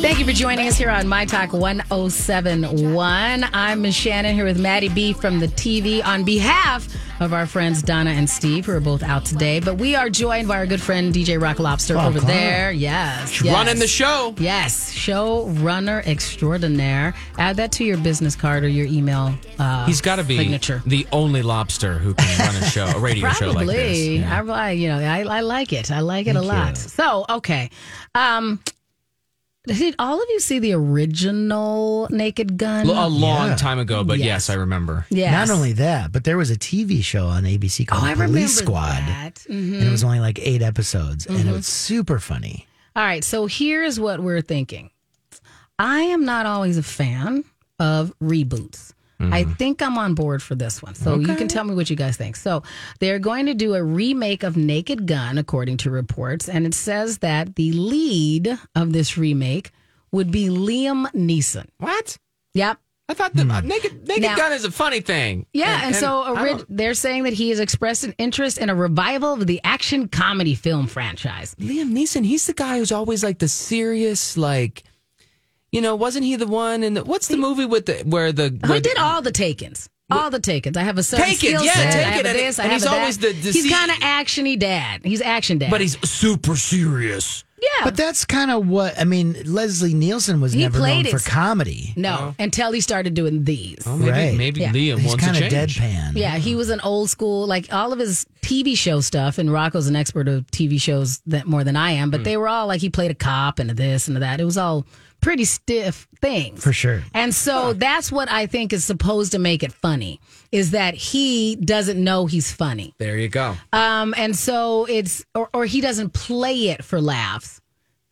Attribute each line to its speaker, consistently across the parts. Speaker 1: Thank you for joining us here on My Talk 1071. I'm Ms. Shannon here with Maddie B from the TV on behalf of our friends Donna and Steve, who are both out today. But we are joined by our good friend DJ Rock Lobster over there. Yes. yes.
Speaker 2: Oh, running the show.
Speaker 1: Yes. Show runner extraordinaire. Add that to your business card or your email. Uh,
Speaker 2: He's got to be
Speaker 1: signature.
Speaker 2: the only lobster who can run a show, a radio show like
Speaker 1: Probably.
Speaker 2: this. Yeah.
Speaker 1: I, I- you know, I, I like it. I like it a lot. So, okay. Um, did all of you see the original Naked Gun?
Speaker 2: L- A long time ago, but yes, I remember.
Speaker 1: Hmm. Yes. Oh,
Speaker 3: Not only that, but there was a TV show on ABC called Police Squad,
Speaker 1: that. Mm-hmm.
Speaker 3: and it was only like eight episodes, and it was super funny.
Speaker 1: All right, so here's what we're thinking. I am not always a fan of reboots. I
Speaker 2: Mm.
Speaker 1: think I'm on board for this one. So you can tell me what you guys think. So they're going to do a remake of Naked Gun, according to reports, and it says that the lead of this remake would be Liam Neeson.
Speaker 2: What?
Speaker 1: Yep.
Speaker 2: I thought the
Speaker 3: Hmm.
Speaker 2: uh, naked naked
Speaker 1: Now-
Speaker 2: gun is a funny thing.
Speaker 1: Yeah, and, so
Speaker 2: I
Speaker 1: ori-
Speaker 2: don't-
Speaker 1: they're saying that he has expressed an interest in a revival of the action comedy film franchise.
Speaker 2: Liam Neeson, he's the guy who's always like the serious, like you know, wasn't he the one in the, what's the movie with the where the
Speaker 1: We
Speaker 2: where the-
Speaker 1: did all the takens. All the takens. I have a certain
Speaker 2: Take it,
Speaker 1: skill
Speaker 2: yeah,
Speaker 1: set.
Speaker 2: take
Speaker 1: I have
Speaker 2: it,
Speaker 1: a
Speaker 2: and it-
Speaker 1: this. I
Speaker 2: and
Speaker 1: have
Speaker 2: he's
Speaker 1: a that.
Speaker 2: always the- the
Speaker 1: he's
Speaker 2: se-
Speaker 1: kind of actiony dad. He's action dad.
Speaker 2: but he's super serious.
Speaker 1: yeah.
Speaker 3: But that's kind of what I mean. Leslie Nielsen was
Speaker 1: He
Speaker 3: never known
Speaker 1: played it.
Speaker 3: for comedy,
Speaker 2: Oh.
Speaker 1: no, until he started doing these.
Speaker 2: Well, maybe
Speaker 3: Right.
Speaker 2: maybe
Speaker 1: Yeah.
Speaker 2: Liam
Speaker 3: He's
Speaker 2: wants to
Speaker 3: kind of
Speaker 2: change.
Speaker 3: deadpan.
Speaker 1: Yeah, he was an old school, like all of his TV show stuff. And Rocco's an expert of TV shows that more than I
Speaker 2: Hmm.
Speaker 1: am. But they were all like he played a cop and a this and a that. It was all pretty stiff things
Speaker 3: for sure.
Speaker 1: And so that's what I think is supposed to make it funny is that he doesn't know he's funny.
Speaker 2: There you go.
Speaker 1: Um, and so it's or, or he doesn't play it for laughs.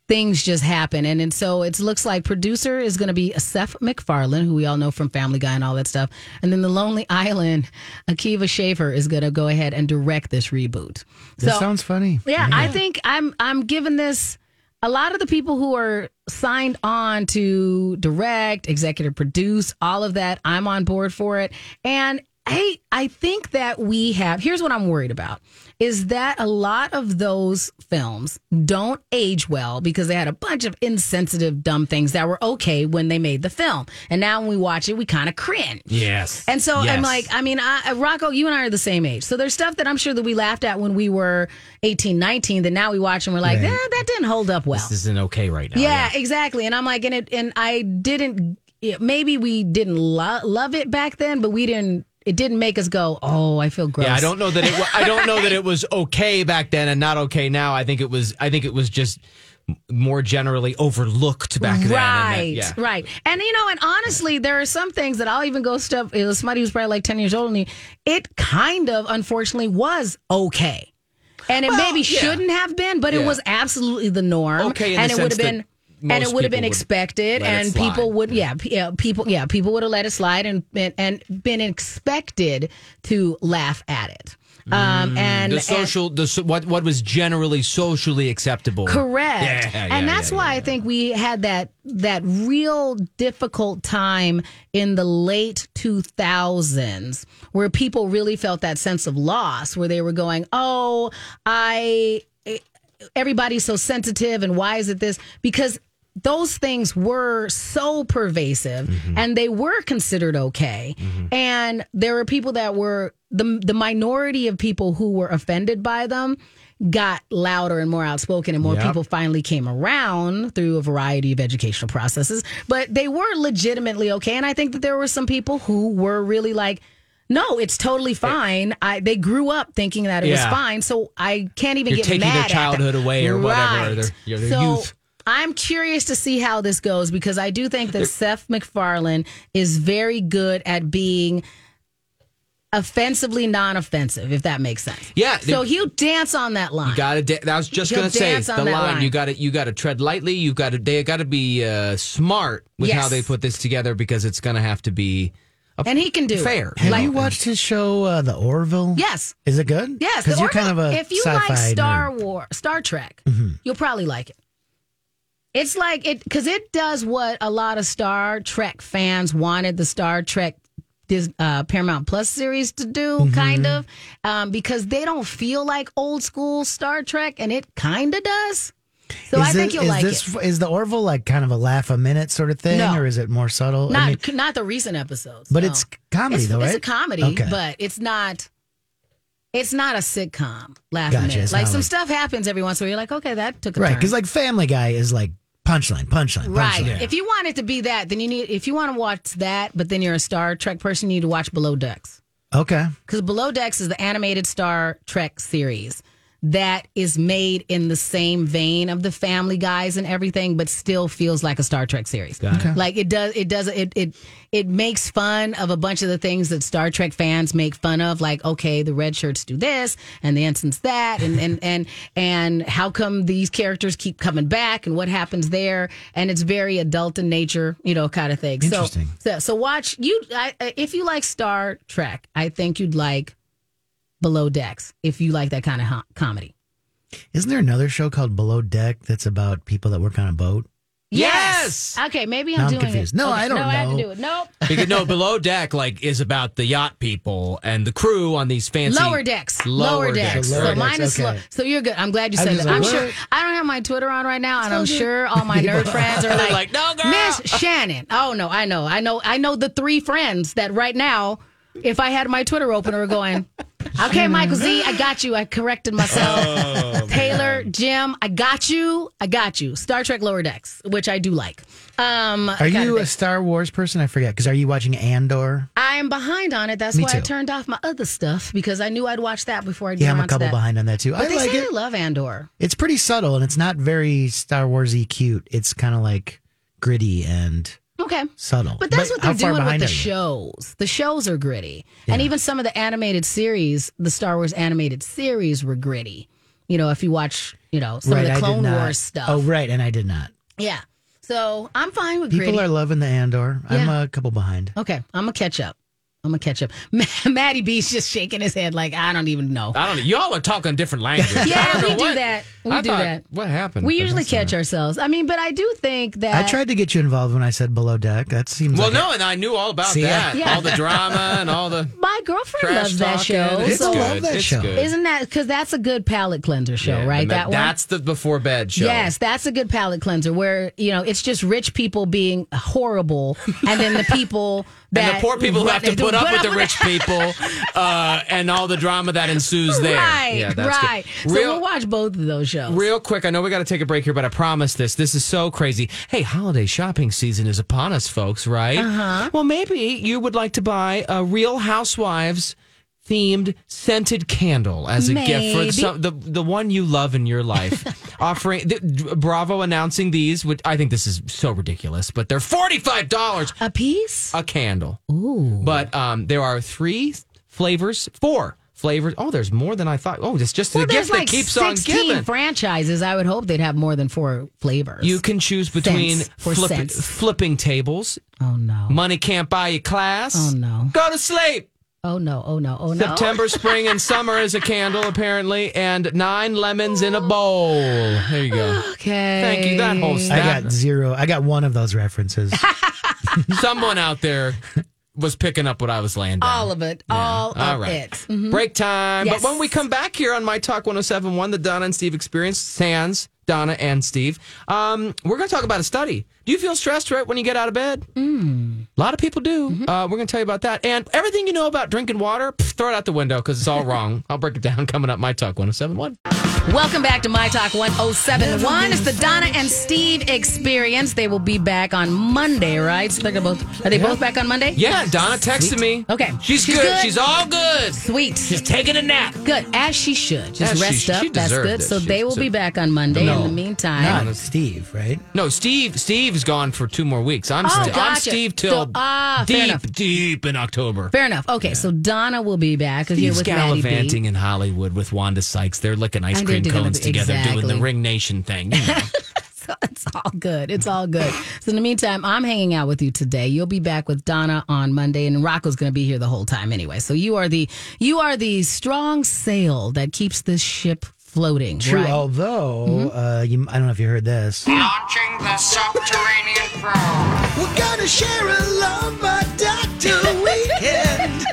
Speaker 1: Things just happen, and and so it looks like producer is going to be Seth MacFarlane, who we all know from Family Guy and all that stuff, and then The Lonely Island, Akiva Schaffer is going to go ahead and direct this reboot.
Speaker 3: That
Speaker 1: So
Speaker 3: sounds funny.
Speaker 1: yeah, I think I'm I'm giving this. A lot of the people who are signed on to direct, executive produce, all of that, I'm on board for it. And hey, I think that we have. Here's what I'm worried about: is that a lot of those films don't age well because they had a bunch of insensitive, dumb things that were okay when they made the film, and now when we watch it, we kind of cringe.
Speaker 2: Yes.
Speaker 1: And so I'm
Speaker 2: Yes.
Speaker 1: like, I mean, I, uh, Rocco, you and I are the same age. So there's stuff that I'm sure that we laughed at when we were 18, 19 that now we watch and we're like, eh, that didn't hold up well.
Speaker 2: this isn't okay right now.
Speaker 1: yeah, exactly. And I'm like, and it, and I didn't, yeah, maybe we didn't lo- love it back then, but we didn't, it didn't make us go, oh, I feel gross.
Speaker 2: Yeah, I don't know that it. Wa- I don't know that it was okay back then and not okay now. I think it was. I think it was just m- more generally overlooked back then. and that-
Speaker 1: Right,
Speaker 2: yeah.
Speaker 1: right. And you know, and honestly, there are some things that I'll even go stuff. It was somebody who's probably like ten years old, and he, it kind of, unfortunately, was okay. And it maybe
Speaker 2: yeah.
Speaker 1: shouldn't have been, but it
Speaker 2: Yeah.
Speaker 1: was absolutely the norm.
Speaker 2: Okay, in
Speaker 1: and
Speaker 2: the
Speaker 1: it would have
Speaker 2: sense that
Speaker 1: been. And it
Speaker 2: most
Speaker 1: would have been
Speaker 2: people would
Speaker 1: expected,
Speaker 2: let it
Speaker 1: and
Speaker 2: slide.
Speaker 1: people would, yeah, p- yeah, people, yeah, people would have let it slide and and, and been expected to laugh at it. Um, and
Speaker 2: Mm, The
Speaker 1: and-
Speaker 2: social, the so- what what was generally socially acceptable.
Speaker 1: Correct.
Speaker 2: Yeah, yeah,
Speaker 1: and
Speaker 2: yeah,
Speaker 1: that's
Speaker 2: yeah,
Speaker 1: why I think we had that that real difficult time in the late 2000s where people really felt that sense of loss where they were going, "Oh, I everybody's so sensitive and why is it this?" Because those things were so pervasive
Speaker 2: Mm-hmm.
Speaker 1: and they were considered okay. And there were people that were the the minority of people who were offended by them got louder and more outspoken and more
Speaker 2: Yep.
Speaker 1: people finally came around through a variety of educational processes but they were legitimately okay and i think that there were some people who were really like no it's totally fine i they grew up thinking that it was
Speaker 2: Yeah.
Speaker 1: fine so i can't even get
Speaker 2: You're taking their
Speaker 1: mad at them.
Speaker 2: childhood away or whatever, or
Speaker 1: Right.
Speaker 2: their- your- their
Speaker 1: so,
Speaker 2: youth.
Speaker 1: I'm curious to see how this goes because I do think that Seth MacFarlane is very good at being offensively non-offensive, if that makes sense.
Speaker 2: Yeah,
Speaker 1: So he'll dance on that line.
Speaker 2: Got to. Da- I was just
Speaker 1: You'll
Speaker 2: gonna say
Speaker 1: dance
Speaker 2: the
Speaker 1: on
Speaker 2: line.
Speaker 1: that line.
Speaker 2: You got to. You got to tread lightly. You've got to. They got to be uh, smart with how
Speaker 1: Yes.
Speaker 2: they put this together because it's gonna have to be. A
Speaker 1: and he can do it.
Speaker 2: fair.
Speaker 3: Have
Speaker 1: Like-
Speaker 3: you watched his show, uh, The Orville?
Speaker 1: Yes.
Speaker 3: Is it good?
Speaker 1: Yes,
Speaker 3: Because
Speaker 1: the
Speaker 3: you're kind of
Speaker 1: organ-
Speaker 3: a
Speaker 1: if you
Speaker 3: sci-fi
Speaker 1: like Star
Speaker 3: nerd. Mm-hmm.
Speaker 1: War, Star Trek, you'll probably like it. It's like it because it does what a lot of Star Trek fans wanted the Star Trek Dis- uh, Paramount Plus series to do,
Speaker 3: Mm-hmm.
Speaker 1: kind of, um, because they don't feel like old school Star Trek, and it kind of does. So I
Speaker 3: Is
Speaker 1: think
Speaker 3: it-
Speaker 1: you'll
Speaker 3: is
Speaker 1: like
Speaker 3: this,
Speaker 1: it.
Speaker 3: Is the Orville like kind of a laugh a minute sort of thing,
Speaker 1: No.
Speaker 3: or is it more subtle? I
Speaker 1: Not
Speaker 3: mean,
Speaker 1: not the recent episodes,
Speaker 3: but
Speaker 1: no.
Speaker 3: it's comedy
Speaker 1: it's,
Speaker 3: though,
Speaker 1: It's
Speaker 3: right?
Speaker 1: a comedy,
Speaker 3: Okay.
Speaker 1: but it's not. It's not a sitcom. Laugh
Speaker 3: Gotcha,
Speaker 1: a minute.
Speaker 3: it's
Speaker 1: Like
Speaker 3: not
Speaker 1: some
Speaker 3: like-
Speaker 1: stuff happens every once in a while. You're like, okay, that took a
Speaker 3: right,
Speaker 1: turn.
Speaker 3: because like Family Guy is like punchline, punchline,
Speaker 1: Right.
Speaker 3: punchline.
Speaker 1: If you want it to be that, then you need. If you want to watch that, but then you're a Star Trek person, you need to watch Below Decks
Speaker 3: Okay.
Speaker 1: because Below Decks is the animated Star Trek series that is made in the same vein of the Family Guys and everything, but still feels like a Star Trek series. Like it does. It does. It it it makes fun of a bunch of the things that Star Trek fans make fun of. Like okay, the red shirts do this, and the ensigns that, and and and and how come these characters keep coming back, and what happens there, and it's very adult in nature, you know, kind of thing.
Speaker 3: Interesting.
Speaker 1: So so, so watch you I, I- if you like Star Trek, I think you'd like Below Decks if you like that kind of ho- comedy.
Speaker 3: Isn't there another show called Below Deck that's about people that work on a boat?
Speaker 2: Yes!
Speaker 1: Okay, maybe I'm
Speaker 3: Now I'm
Speaker 1: doing
Speaker 3: confused.
Speaker 1: it.
Speaker 3: No,
Speaker 1: Okay,
Speaker 3: I don't
Speaker 1: no, I have to
Speaker 3: know.
Speaker 1: do it. Nope.
Speaker 2: Because no, below deck like is about the yacht people and the crew on these fancy
Speaker 1: Lower decks.
Speaker 2: Lower
Speaker 1: Lower, decks.
Speaker 2: decks,
Speaker 1: So,
Speaker 3: right.
Speaker 1: mine is
Speaker 3: Okay.
Speaker 1: low. So you're good. I'm glad you
Speaker 3: I
Speaker 1: said
Speaker 3: was
Speaker 1: that.
Speaker 3: like,
Speaker 1: I'm
Speaker 3: what?
Speaker 1: sure I don't have my Twitter on right now, and I'm sure all my nerd friends are like,
Speaker 2: like, "No, girl."
Speaker 1: Miss Shannon. Oh no, I know, I know, I know the three friends that right now, if I had my Twitter open, are going. Okay, Michael Z, I got you. I corrected myself.
Speaker 3: Oh,
Speaker 1: Taylor, Jim, I got you. I got you. Star Trek Lower Decks, which I do like. Um,
Speaker 3: Are you a Star Wars person? I forget. Because are you watching Andor?
Speaker 1: I'm behind on it. That's
Speaker 3: Me
Speaker 1: why I
Speaker 3: too.
Speaker 1: turned off my other stuff because I knew I'd watch that before I
Speaker 3: Yeah, I'm a
Speaker 1: onto
Speaker 3: couple
Speaker 1: that.
Speaker 3: behind on that too.
Speaker 1: But
Speaker 3: I
Speaker 1: they
Speaker 3: like
Speaker 1: say
Speaker 3: it.
Speaker 1: they love Andor.
Speaker 3: It's pretty subtle and it's not very Star Warsy cute. It's kind of like gritty and
Speaker 1: Okay.
Speaker 3: subtle.
Speaker 1: But that's
Speaker 3: how
Speaker 1: what
Speaker 3: far
Speaker 1: they're doing with
Speaker 3: behind
Speaker 1: the
Speaker 3: are you?
Speaker 1: shows. The shows are gritty. And even some of the animated series, the Star Wars animated series were gritty. You know, if you watch, you know, some of
Speaker 3: right, I
Speaker 1: the
Speaker 3: did
Speaker 1: Clone
Speaker 3: not-
Speaker 1: Wars stuff.
Speaker 3: Oh, right, and I did not.
Speaker 1: Yeah. So I'm fine with
Speaker 3: People
Speaker 1: gritty.
Speaker 3: are loving the Andor. I'm
Speaker 1: Yeah.
Speaker 3: a couple behind.
Speaker 1: okay. I'm going to catch up. I'm going to catch up. Maddie B's just shaking his head like, I don't even know.
Speaker 2: I don't know. Y'all are talking different languages. I
Speaker 1: Yeah,
Speaker 2: don't know
Speaker 1: we do
Speaker 2: what-
Speaker 1: that. We
Speaker 2: I
Speaker 1: do
Speaker 2: thought,
Speaker 1: that.
Speaker 2: What happened?
Speaker 1: We
Speaker 2: But
Speaker 1: usually
Speaker 2: that's not-
Speaker 1: catch ourselves. I mean, but I do think that
Speaker 3: I tried to get you involved when I said below deck. That seems
Speaker 2: Well,
Speaker 3: like
Speaker 2: no, and I knew all about
Speaker 3: See,
Speaker 2: that.
Speaker 1: yeah.
Speaker 2: All the drama and all the
Speaker 1: my girlfriend
Speaker 2: trash
Speaker 1: loves that
Speaker 2: talking.
Speaker 1: show.
Speaker 2: It's
Speaker 1: so
Speaker 3: I
Speaker 2: good.
Speaker 3: love that
Speaker 2: It's
Speaker 3: show.
Speaker 2: good.
Speaker 1: Isn't that because that's a good palate cleanser show,
Speaker 2: Yeah,
Speaker 1: right?
Speaker 2: and
Speaker 1: That, one.
Speaker 2: That's the before bed show.
Speaker 1: Yes, that's a good palate cleanser where, you know, it's just rich people being horrible and then the people that
Speaker 2: and the poor people who have to put up with the rich people uh, and all the drama that ensues there.
Speaker 1: Right,
Speaker 2: Yeah, that's good.
Speaker 1: right. So
Speaker 2: Real,
Speaker 1: we'll watch both of those shows.
Speaker 2: real quick, I know we got to take a break here, but I promise this. This is so crazy. Hey, holiday shopping season is upon us, folks, right? Uh-huh. Well, maybe you would like to buy a Real Housewives themed scented candle as a gift for
Speaker 1: Maybe.
Speaker 2: some, the the one you love in your life. Offering th- Bravo announcing these, which I think this is so ridiculous, but they're forty five dollars
Speaker 1: A piece?
Speaker 2: a candle. Ooh. But um, there are three flavors, four flavors. Oh, there's more than I thought. Oh, it's just
Speaker 1: Well,
Speaker 2: the gift
Speaker 1: there's like
Speaker 2: that keeps on
Speaker 1: 16
Speaker 2: giving.
Speaker 1: franchises. I would hope they'd have more than four flavors.
Speaker 2: you can choose between
Speaker 1: Cents for
Speaker 2: flip-
Speaker 1: cents.
Speaker 2: flipping tables.
Speaker 1: Oh, no.
Speaker 2: Money can't buy you class.
Speaker 1: Oh, no.
Speaker 2: Go to sleep.
Speaker 1: Oh, no. Oh, no. Oh, no.
Speaker 2: September, spring, and summer is a candle apparently, and nine lemons in a bowl. There you go.
Speaker 1: Okay.
Speaker 2: Thank you. That whole
Speaker 3: I
Speaker 2: stack.
Speaker 3: got zero. I got one of those references.
Speaker 2: Someone out there was picking up what I was laying down.
Speaker 1: All of it. All of
Speaker 2: All right.
Speaker 1: it. Mhm.
Speaker 2: Break time.
Speaker 1: Yes.
Speaker 2: But when we come back here on My Talk 1071, the Donna and Steve experience, Sans, Donna and Steve, um, we're going to talk about a study. Do you feel stressed right when you get out of bed?
Speaker 1: Mm.
Speaker 2: A lot of people do.
Speaker 1: Mm-hmm.
Speaker 2: Uh, we're going to tell you about that. And everything you know about drinking water, pff, throw it out the window because it's all wrong. I'll break it down coming up My Talk 1071.
Speaker 1: Welcome back to My Talk 1071. It's the Donna and Steve experience. They will be back on Monday, right? So they're both are they both back on Monday?
Speaker 2: Yeah, Donna texted me.
Speaker 1: Okay.
Speaker 2: She's,
Speaker 1: She's
Speaker 2: good.
Speaker 1: good.
Speaker 2: She's all good.
Speaker 1: Sweet.
Speaker 2: She's taking a nap.
Speaker 1: good. As she should. Just
Speaker 2: As she-
Speaker 1: rest
Speaker 2: she
Speaker 1: up. That's
Speaker 2: deserved
Speaker 1: good.
Speaker 2: it.
Speaker 1: So
Speaker 2: She
Speaker 1: they will be
Speaker 2: deserved-
Speaker 1: back on Monday. In
Speaker 2: No.
Speaker 1: the meantime.
Speaker 3: Not Steve, right?
Speaker 2: No, Steve. Steve's gone for two more weeks. I'm,
Speaker 1: Oh,
Speaker 2: st- I'm
Speaker 1: gotcha.
Speaker 2: Steve till
Speaker 1: So- ah, fair
Speaker 2: deep,
Speaker 1: enough.
Speaker 2: deep in October.
Speaker 1: Fair enough. Okay, so Donna will be back here
Speaker 2: He's
Speaker 1: with Maddie
Speaker 2: gallivanting
Speaker 1: B.
Speaker 2: in Hollywood with Wanda Sykes. They're licking ice
Speaker 1: And
Speaker 2: cream
Speaker 1: they're doing
Speaker 2: cones
Speaker 1: the-
Speaker 2: together, doing
Speaker 1: exactly.
Speaker 2: the Ring Nation thing. you know.
Speaker 1: So it's all good. It's all good. so in the meantime, I'm hanging out with you today. You'll be back with Donna on Monday, and Rocco's going to be here the whole time anyway. So you are the you are the strong sail that keeps this ship floating.
Speaker 3: True.
Speaker 1: right?
Speaker 3: Although
Speaker 2: Mm-hmm.
Speaker 3: uh, you, I don't know if you heard this.
Speaker 4: Launching the subterranean probe.
Speaker 3: We're gonna share a love by Doctor Weekend.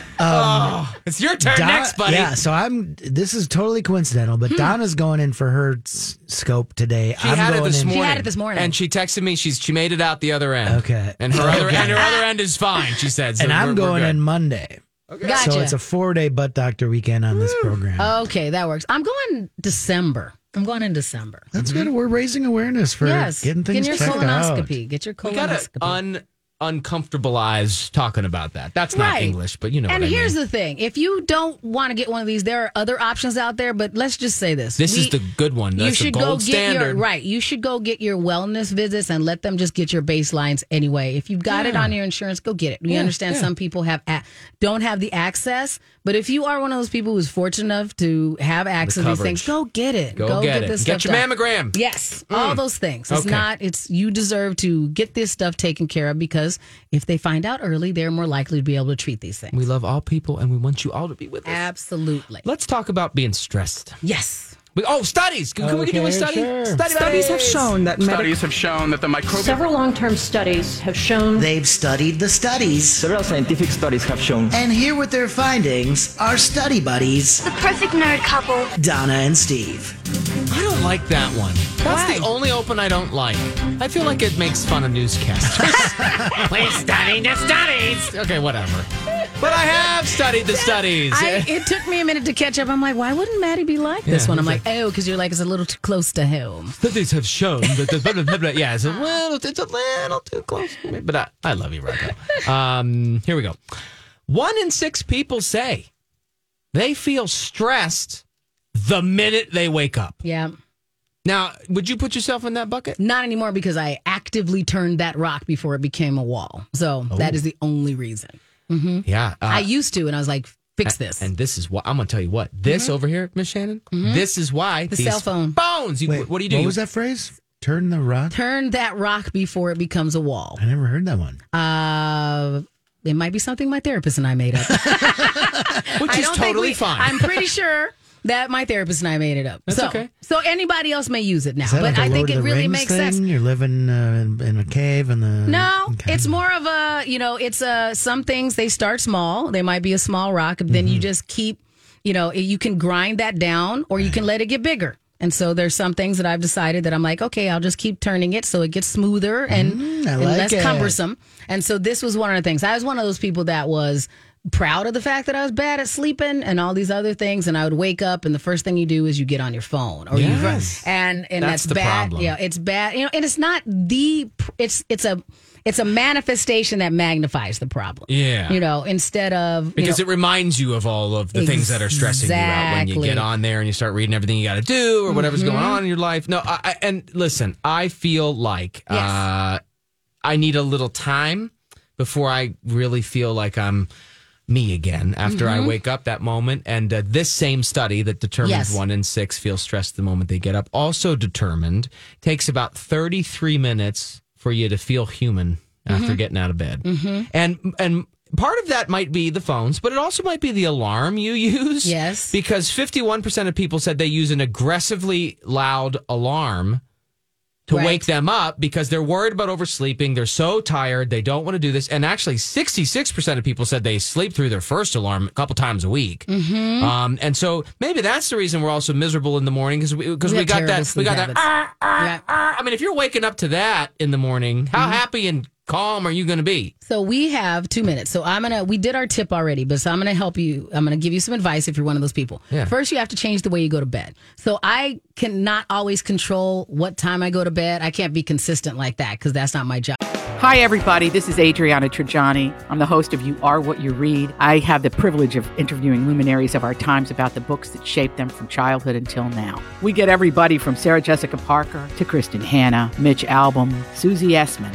Speaker 2: it's your turn next, buddy. Hmm.
Speaker 3: Yeah, so I'm. This is totally coincidental, but Donna's going in for her s- scope today.
Speaker 2: She
Speaker 3: I'm
Speaker 2: had it
Speaker 3: going
Speaker 2: this
Speaker 3: in-
Speaker 2: morning.
Speaker 1: She had it this morning.
Speaker 2: and she texted me. She's she made it out the other end.
Speaker 3: Okay.
Speaker 2: and her other
Speaker 3: Okay.
Speaker 2: and her other end is fine. She said, so
Speaker 3: and I'm
Speaker 2: we're- we're
Speaker 3: going
Speaker 2: good.
Speaker 3: in Monday.
Speaker 1: Gotcha.
Speaker 3: So it's a four day butt doctor weekend on this program.
Speaker 2: Oh.
Speaker 1: okay, that works. I'm going December. I'm going in December.
Speaker 3: That's
Speaker 2: Mm-hmm.
Speaker 3: good. We're raising awareness for
Speaker 1: yes,
Speaker 3: getting things
Speaker 1: get your
Speaker 3: checked out.
Speaker 1: colonoscopy. Get your
Speaker 2: We gotta
Speaker 1: colonoscopy.
Speaker 2: un uncomfortableize talking about that. That's not
Speaker 1: Right.
Speaker 2: English, but you know.
Speaker 1: and
Speaker 2: what I
Speaker 1: here's
Speaker 2: mean.
Speaker 1: the thing: if you don't want to get one of these, there are other options out there. But let's just say this:
Speaker 2: this is
Speaker 1: We-
Speaker 2: the good one. That's
Speaker 1: you should
Speaker 2: the gold
Speaker 1: go get
Speaker 2: standard.
Speaker 1: your right. You should go get your wellness visits and let them just get your baselines anyway. If you've got it on your insurance, go get it. We understand some people have a- don't have the access, but if you are one of those people who's fortunate enough to have access to these
Speaker 2: coverage.
Speaker 1: things, go get it.
Speaker 2: Go, get, it.
Speaker 1: This
Speaker 2: get
Speaker 1: stuff
Speaker 2: your
Speaker 1: done.
Speaker 2: mammogram.
Speaker 1: Yes, all those things. It's
Speaker 2: Okay.
Speaker 1: not. It's you deserve to get this stuff taken care of because if they find out early, they're more likely to be able to treat these things.
Speaker 2: We love all people, and we want you all to be with us.
Speaker 1: Absolutely.
Speaker 2: Let's talk about being stressed.
Speaker 1: Yes.
Speaker 2: We, oh, studies. Can, can we do a
Speaker 3: Okay,
Speaker 2: study?
Speaker 3: sure.
Speaker 2: Study
Speaker 5: Studies have
Speaker 2: buddies.
Speaker 5: shown that medical
Speaker 4: Studies have shown that the microbial
Speaker 6: Several long term studies have shown
Speaker 7: They've studied the studies.
Speaker 8: Several scientific studies have shown
Speaker 7: And here with their findings are study buddies,
Speaker 9: The perfect nerd couple.
Speaker 7: Donna and Steve.
Speaker 2: I don't like that one. That's the only open I don't like. I feel like it makes fun of newscasters. we study the studies. Okay, whatever. But I have studied the studies.
Speaker 1: I, it took me a minute to catch up. I'm like, why wouldn't Maddie be like this
Speaker 2: Yeah,
Speaker 1: one? I'm like, oh, because you're like, it's a little too close to home.
Speaker 2: studies have shown that the blah, blah, blah, blah. yeah, it's a little, it's a little too close. to me, But I, I love you, Rocco. Um, here we go. One in six people say they feel stressed the minute they wake up.
Speaker 1: Yeah.
Speaker 2: Now, would you put yourself in that bucket?
Speaker 1: Not anymore because I actively turned that rock before it became a wall. So
Speaker 3: Oh.
Speaker 1: that is the only reason.
Speaker 2: Yeah. uh,
Speaker 1: Mm-hmm.
Speaker 3: Ah.
Speaker 1: I used to, and I was like, fix this. Mm-hmm.
Speaker 2: And this is why I'm going to tell you what this over here, Miss Shannon. This is why the
Speaker 1: cell phone.
Speaker 2: phones. You,
Speaker 3: Wait,
Speaker 2: what do you do?
Speaker 3: What
Speaker 2: You-
Speaker 3: was that phrase? Turn the rock.
Speaker 1: Turn that rock before it becomes a wall.
Speaker 3: I never heard that one.
Speaker 1: Uh, it might be something my therapist and I made up.
Speaker 2: Which
Speaker 1: I
Speaker 2: is
Speaker 1: don't think
Speaker 2: totally
Speaker 1: we-
Speaker 2: fine.
Speaker 1: I'm pretty sure that my therapist and I made it up.
Speaker 2: That's
Speaker 1: so,
Speaker 2: okay.
Speaker 1: so anybody else may use it now,
Speaker 3: Is that
Speaker 1: but
Speaker 3: like a
Speaker 1: I think
Speaker 3: Lord of
Speaker 1: it
Speaker 3: the
Speaker 1: really
Speaker 3: Rings
Speaker 1: makes
Speaker 3: thing?
Speaker 1: sense.
Speaker 3: You're living uh, in, in a cave and the
Speaker 1: No,
Speaker 3: Okay.
Speaker 1: it's more of a you know, it's a some things they start small. They might be a small rock, but
Speaker 3: Mm-hmm.
Speaker 1: then you just keep, you know, you can grind that down or you can let it get bigger. And so there's some things that I've decided that I'm like, okay, I'll just keep turning it so it gets smoother and,
Speaker 3: Mm, I
Speaker 1: and
Speaker 3: like
Speaker 1: less
Speaker 3: it.
Speaker 1: cumbersome. And so this was one of the things. I was one of those people that was proud of the fact that I was bad at sleeping and all these other things. And I would wake up and the first thing you do is you get on your phone or you
Speaker 2: Yes.
Speaker 1: and and
Speaker 2: That's
Speaker 1: that's,
Speaker 2: the
Speaker 1: bad.
Speaker 2: problem.
Speaker 1: Yeah, it's bad. You know, and it's not the it's it's a it's a manifestation that magnifies the problem.
Speaker 2: Yeah.
Speaker 1: You know, instead of you
Speaker 2: because
Speaker 1: know,
Speaker 2: it reminds you of all of the things that are stressing you out when you
Speaker 1: Exactly. Mm-hmm.
Speaker 2: get on there and you start reading everything you got to do or whatever's going on in your life. No, I, I, and listen, I feel like
Speaker 1: Yes.
Speaker 2: uh, I need a little time before I really feel like I'm me again after
Speaker 1: Mm-hmm.
Speaker 2: I wake up that moment. And uh, this same study that determines
Speaker 1: Yes.
Speaker 2: one in six feel stressed the moment they get up also determined takes about 33 minutes for you to feel human
Speaker 1: Mm-hmm.
Speaker 2: after getting out of bed. And, and, Part of that might be the phones, but it also might be the alarm you use.
Speaker 1: Yes.
Speaker 2: Because 51% of people said they use an aggressively loud alarm to
Speaker 1: Right.
Speaker 2: wake them up because they're worried about oversleeping. They're so tired. They don't want to do this. And actually, 66% of people said they sleep through their first alarm a couple times a week. Mm-hmm. Um, and so maybe that's the reason we're also miserable in the morning because we, cause
Speaker 1: We
Speaker 2: we,
Speaker 1: have
Speaker 2: got
Speaker 1: terrible
Speaker 2: that. We
Speaker 1: sleep
Speaker 2: got
Speaker 1: habits.
Speaker 2: that. "Ah, ah,
Speaker 1: Yeah.
Speaker 2: ah." I mean, if you're waking up to that in the morning, how
Speaker 1: Mm-hmm.
Speaker 2: happy and calm are you going to be?
Speaker 1: So we have two minutes. So I'm gonna we did our tip already, but so I'm gonna help you. I'm gonna give you some advice if you're one of those people.
Speaker 2: Yeah.
Speaker 1: First, you have to change the way you go to bed. So I cannot always control what time I go to bed. I can't be consistent like that because that's not my job.
Speaker 5: Hi, everybody. This is Adriana Trajani. I'm the host of You Are What You Read. I have the privilege of interviewing luminaries of our times about the books that shaped them from childhood until now. We get everybody from Sarah Jessica Parker to Kristen Hanna, Mitch Albom, Susie Essman,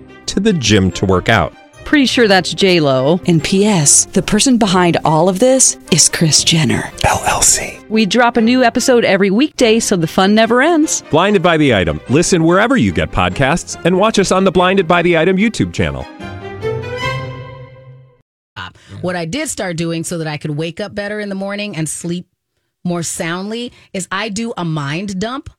Speaker 8: to the gym to work out.
Speaker 9: Pretty sure that's J Lo. And P.S. The person behind all of this is Chris Jenner LLC. We drop a new episode every weekday, so the fun never ends.
Speaker 8: Blinded by the item. Listen wherever you get podcasts, and watch us on the Blinded by the Item YouTube channel.
Speaker 1: Mm-hmm. What I did start doing so that I could wake up better in the morning and sleep more soundly is I do a mind dump.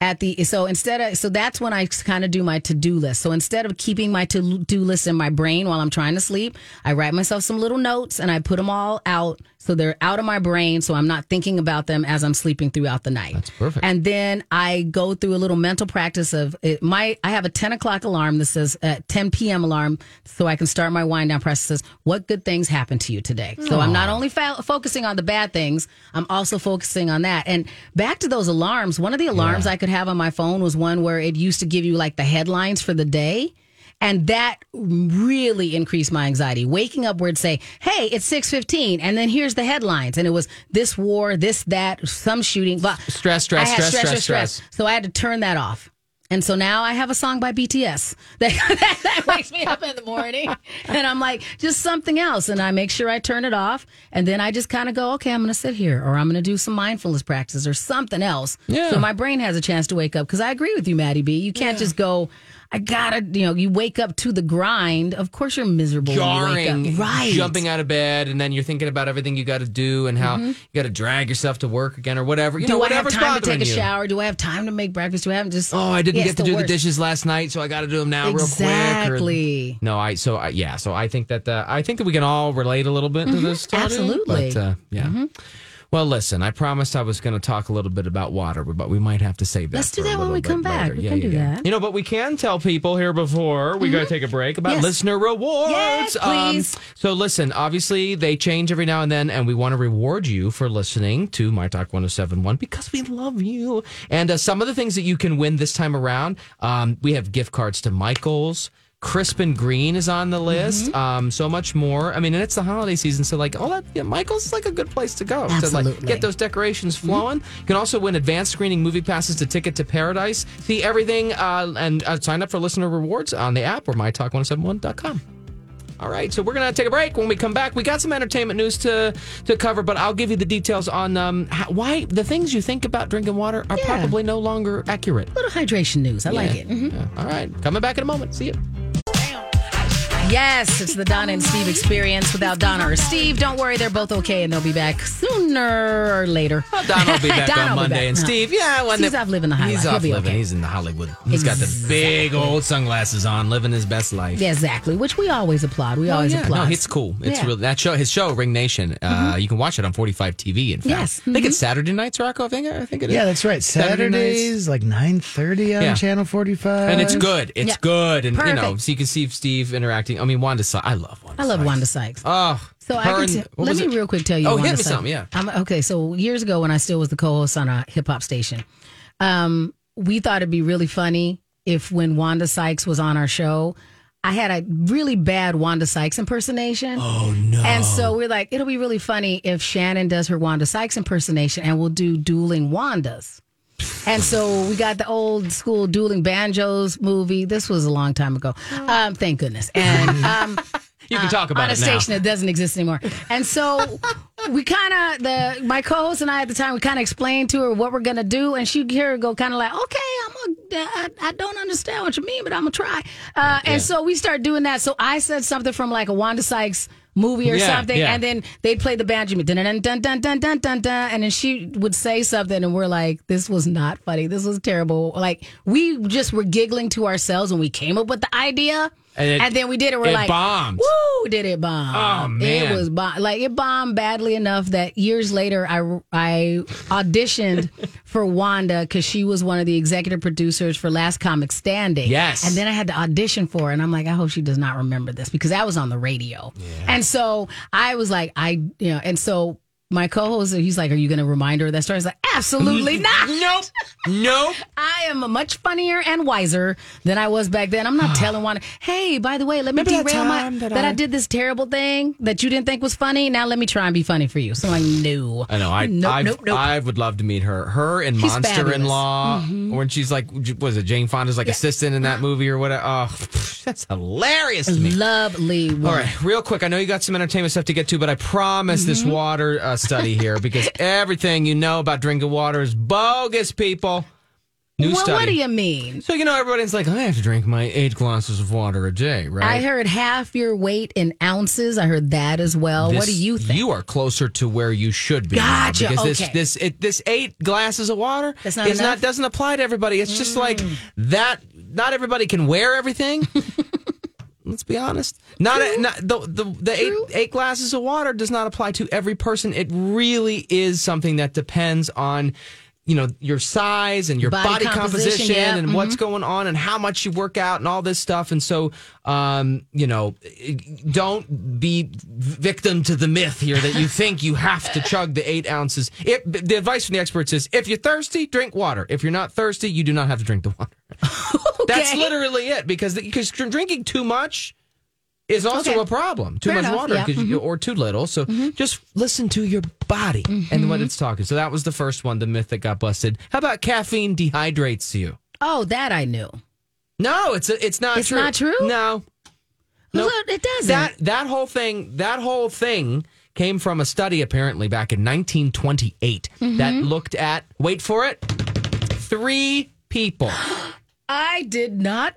Speaker 1: At the so instead of so that's when I kind of do my to do list. So instead of keeping my to do list in my brain while I'm trying to sleep, I write myself some little notes and I put them all out so they're out of my brain, so I'm not thinking about them as I'm sleeping throughout the night. That's
Speaker 2: perfect.
Speaker 1: And then I go through a little mental practice of it, my. I have a 10 o'clock alarm that says uh, 10 p.m. alarm, so I can start my wind down process. What good things happened to you today? So I'm not only fa- focusing on the bad things, I'm also focusing on that. And back to those alarms. One of the alarms I could have on my phone was one where it used to give you like the headlines for the day. And that really increased my anxiety. Waking up where it'd say, "Hey, it's six 15, and then here's the headlines, and it was this war, this that, some shooting, blah.
Speaker 2: Stress, stress,
Speaker 1: I had
Speaker 2: stress, stress, stress.
Speaker 1: So I had to turn that off. And so now I have a song by BTS that, that, wakes me up in the morning. And I'm like, just something else. And I make sure I turn it off. And then I just kind of go, okay, I'm going to sit here or I'm going to do some mindfulness practice or something else.
Speaker 2: Yeah.
Speaker 1: So my brain has a chance to wake up. Because I agree with you, Maddie B. You can't just go, I got to, you know, you wake up to the grind. Of course you're miserable. When you
Speaker 2: Jarring,
Speaker 1: wake up. Right.
Speaker 2: Jumping out of bed, and then you're thinking about everything you got to do and how you got to drag yourself to work again or whatever. You know,
Speaker 1: Mm-hmm. Do I have
Speaker 2: whatever's
Speaker 1: time to
Speaker 2: bothering
Speaker 1: take a
Speaker 2: you.
Speaker 1: shower? Do I have time to make breakfast? Do I have just.
Speaker 2: Oh, I didn't
Speaker 1: Yeah,
Speaker 2: get
Speaker 1: it's
Speaker 2: to do the
Speaker 1: worst.
Speaker 2: dishes last night, so I got to do them now real quick. or-
Speaker 1: Exactly.
Speaker 2: No, I so I, yeah, so I think that uh, I think that we can all relate a little bit to this. Tony,
Speaker 1: Mm-hmm. absolutely. Mm-hmm.
Speaker 2: but, uh, yeah. Well, listen, I promised I was going to talk a little bit about water, but we might have to save that.
Speaker 1: Let's do
Speaker 2: for a
Speaker 1: that when
Speaker 2: little
Speaker 1: we
Speaker 2: bit
Speaker 1: come back.
Speaker 2: later.
Speaker 1: We
Speaker 2: yeah,
Speaker 1: can
Speaker 2: yeah,
Speaker 1: do
Speaker 2: yeah.
Speaker 1: that. Mm-hmm.
Speaker 2: You know, but we can tell people here before we got to take a break about
Speaker 1: Yes.
Speaker 2: listener rewards. Um,
Speaker 1: Yes, please.
Speaker 2: so listen, obviously they change every now and then, and we want to reward you for listening to My Talk 1071 because we love you. And uh, some of the things that you can win this time around, um, we have gift cards to Michael's. Crispin Green is on the list. Um, so much more. I mean, and it's the holiday season, so like, oh, that yeah, Michael's is like a good place to go to like
Speaker 1: Absolutely.
Speaker 2: get those decorations flowing. You can also win advanced screening movie passes to Ticket to Paradise. See everything uh, and uh, sign up for listener rewards on the app or mytalk1071.com. All right, so we're gonna take a break. When we come back, we got some entertainment news to to cover, but I'll give you the details on um, how, why the things you think about drinking water are probably no longer accurate.
Speaker 1: little hydration news. I like it.
Speaker 2: Yeah. All right, coming back in a moment. See you.
Speaker 1: Yes, it's the Donna and Steve experience without Donna or Mm-hmm. Steve. Don't worry, they're both okay and they'll be back sooner or later.
Speaker 2: Don will be back
Speaker 1: Don
Speaker 2: on
Speaker 1: will be
Speaker 2: Monday,
Speaker 1: back.
Speaker 2: and
Speaker 1: Uh-huh.
Speaker 2: Steve, yeah, when
Speaker 1: Steve's
Speaker 2: the-
Speaker 1: off living the high
Speaker 2: He's
Speaker 1: life.
Speaker 2: off
Speaker 1: He'll be
Speaker 2: living.
Speaker 1: okay.
Speaker 2: He's in the Hollywood. He's got the big old sunglasses on, living his best life.
Speaker 1: Yeah, exactly, which we always applaud. We always
Speaker 2: Oh, yeah.
Speaker 1: applaud.
Speaker 2: No, it's cool. It's
Speaker 1: Yeah. Mm-hmm.
Speaker 2: really that show. His show, Ring Nation. Uh, you can watch it on 45 TV. In fact,
Speaker 1: Yes. Mm-hmm.
Speaker 2: I think it's Saturday nights, Rocco. I think I think it is.
Speaker 3: Yeah, that's right.
Speaker 2: Saturday nights.
Speaker 3: Saturdays, like 9.30 on
Speaker 2: Yeah.
Speaker 3: Channel 45.
Speaker 2: and it's good. It's
Speaker 1: Um, Yeah.
Speaker 2: good, and you know,
Speaker 1: Perfect.
Speaker 2: so you can see Steve interacting. I mean, Wanda. Si- I love Wanda.
Speaker 1: I love
Speaker 2: Sykes.
Speaker 1: Wanda Sykes.
Speaker 2: Oh,
Speaker 1: So I
Speaker 2: her
Speaker 1: can
Speaker 2: and-
Speaker 1: t-
Speaker 2: what
Speaker 1: let
Speaker 2: was
Speaker 1: me
Speaker 2: it?
Speaker 1: real quick tell you.
Speaker 2: Oh,
Speaker 1: Wanda
Speaker 2: hit me
Speaker 1: Sykes.
Speaker 2: something, yeah.
Speaker 1: I'm, okay, so years ago when I still was the co-host on a hip hop station, um, we thought it'd be really funny if when Wanda Sykes was on our show, I had a really bad Wanda Sykes impersonation. Oh no! And so we're like, it'll be really funny if Shannon does her Wanda Sykes impersonation, and we'll do dueling Wandas. And so we got the old school dueling banjos movie. This was a long time ago. Um, thank goodness. And um,
Speaker 2: You can
Speaker 1: uh,
Speaker 2: talk about
Speaker 1: on a
Speaker 2: it now.
Speaker 1: station that doesn't exist anymore. And so we kind of the my co-host and I at the time we kind of explained to her what we're gonna do, and she hear her go kind of like, okay, I'm a, I, I don't understand what you mean, but I'm gonna try. Uh, And so we start doing that. So I said something from like a Wanda Sykes movie or
Speaker 10: Yeah,
Speaker 1: something,
Speaker 10: yeah.
Speaker 1: and then they'd play the banjo, dun dun dun dun dun dun dun dun, and then she would say something, and we're like, this was not funny. This was terrible. Like we just were giggling to ourselves when we came up with the idea.
Speaker 2: And
Speaker 1: And,
Speaker 2: it-
Speaker 1: then we did it. We're
Speaker 2: it
Speaker 1: like,
Speaker 2: bombed.
Speaker 1: Woo! Did it bomb?
Speaker 2: Oh, man.
Speaker 1: it was bomb. Like it bombed badly enough that years later, I I auditioned for Wanda because she was one of the executive producers for Last Comic Standing.
Speaker 10: Yes.
Speaker 1: and then I had to audition for, her, and I'm like, I hope she does not remember this because that was on the radio. And so I was like, I you know, and so. My co-host, he's like, "Are you going to remind her of that story?" I was like, "Absolutely not. Nope,
Speaker 2: nope.
Speaker 1: I am much funnier and wiser than I was back then. I'm not telling one. Hey, by the way, let me
Speaker 10: Remember that
Speaker 1: derail my
Speaker 10: time
Speaker 1: that,
Speaker 10: that
Speaker 1: I,
Speaker 10: I-
Speaker 1: did this terrible thing that you didn't think was funny. Now let me try and be funny for you." So I'm like, "No,
Speaker 2: I know. I
Speaker 1: Nope,
Speaker 2: I've,
Speaker 1: nope, nope.
Speaker 2: I would love to meet her. Her and
Speaker 1: She's
Speaker 2: Monster in Law,
Speaker 1: fabulous. Uh-huh. Mhm.
Speaker 2: when she's like, was it Jane Fonda's like assistant in that movie or whatever? Oh, that's hilarious to me.
Speaker 1: lovely." Woman.
Speaker 2: All right, real quick. I know you got some entertainment stuff to get to, but I promise this
Speaker 1: Mm-hmm.
Speaker 2: water uh, study here because everything you know about drinking water is bogus, people. New
Speaker 1: well,
Speaker 2: study.
Speaker 1: what do you mean?
Speaker 2: so you know everybody's like, I have to drink my eight glasses of water a day, right?
Speaker 1: I heard half your weight in ounces. I heard that as well. what
Speaker 2: This-
Speaker 1: do you think?
Speaker 2: You are closer to where you should be. now,
Speaker 1: Gotcha,
Speaker 2: because
Speaker 1: okay.
Speaker 2: this this it, this eight glasses of water
Speaker 1: That's not
Speaker 2: is
Speaker 1: enough? Mm.
Speaker 2: not doesn't apply to everybody. It's just like that. Not everybody can wear everything. Let's be honest. Not, a, not the the, the eight, eight glasses of water does not apply to every person. It really is something that depends on you know your size and your
Speaker 1: Body
Speaker 2: body,
Speaker 1: composition,
Speaker 2: composition,
Speaker 1: yeah,
Speaker 2: and what's
Speaker 1: mhm.
Speaker 2: going on and how much you work out and all this stuff. And so, um, you know, don't be victim to the myth here that you think you have to chug the eight ounces. If the advice from the experts is if you're thirsty, drink water. If you're not thirsty, you do not have to drink the water. That's literally it because because drinking too much is also
Speaker 1: Okay.
Speaker 2: a problem. Too
Speaker 1: Fair
Speaker 2: much
Speaker 1: enough,
Speaker 2: water
Speaker 1: yeah, Mm-hmm.
Speaker 2: 'cause you, or too little. So just listen to your body
Speaker 1: Mm-hmm.
Speaker 2: and what it's talking. So that was the first one, the myth that got busted. How about caffeine dehydrates you?
Speaker 1: Oh, that I knew.
Speaker 2: No, it's a, it's not
Speaker 1: It's
Speaker 2: true.
Speaker 1: not true?
Speaker 2: No. Nope.
Speaker 1: Look, it doesn't.
Speaker 2: That that whole thing, that whole thing came from a study apparently back in 1928 that
Speaker 1: Mhm.
Speaker 2: looked at wait for it, three people.
Speaker 1: I did not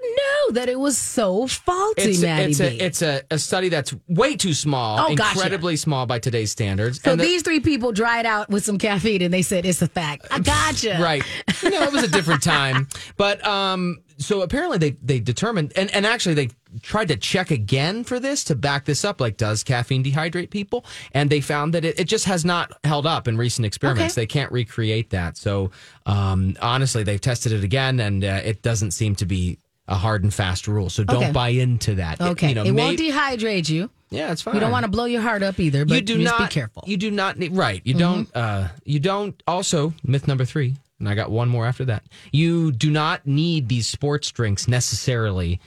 Speaker 1: know that it was so faulty,
Speaker 2: It's a,
Speaker 1: Maddie
Speaker 2: it's,
Speaker 1: B.
Speaker 2: a, it's a, a study that's way too small,
Speaker 1: Oh, gotcha.
Speaker 2: incredibly small by today's standards.
Speaker 1: So
Speaker 2: And the-
Speaker 1: these three people dried out with some caffeine, and they said it's a fact. I gotcha.
Speaker 2: Right. No, it was a different time. But um so apparently they they determined and, and actually they tried to check again for this to back this up like does caffeine dehydrate people and they found that it, it just has not held up in recent experiments
Speaker 1: Okay.
Speaker 2: they can't recreate that so um, honestly they've tested it again and uh, it doesn't seem to be a hard and fast rule so don't
Speaker 1: Okay.
Speaker 2: buy into that It-
Speaker 1: Okay. It,
Speaker 2: you know,
Speaker 1: won't
Speaker 2: may-
Speaker 1: dehydrate you.
Speaker 2: yeah it's fine
Speaker 1: You don't want to blow your heart up either. But
Speaker 2: you do
Speaker 1: just
Speaker 2: not
Speaker 1: be careful. Mm-hmm.
Speaker 2: You do not need right. You don't. Uh, you don't. Also, myth number three, and I got one more after that. You do not need these sports drinks necessarily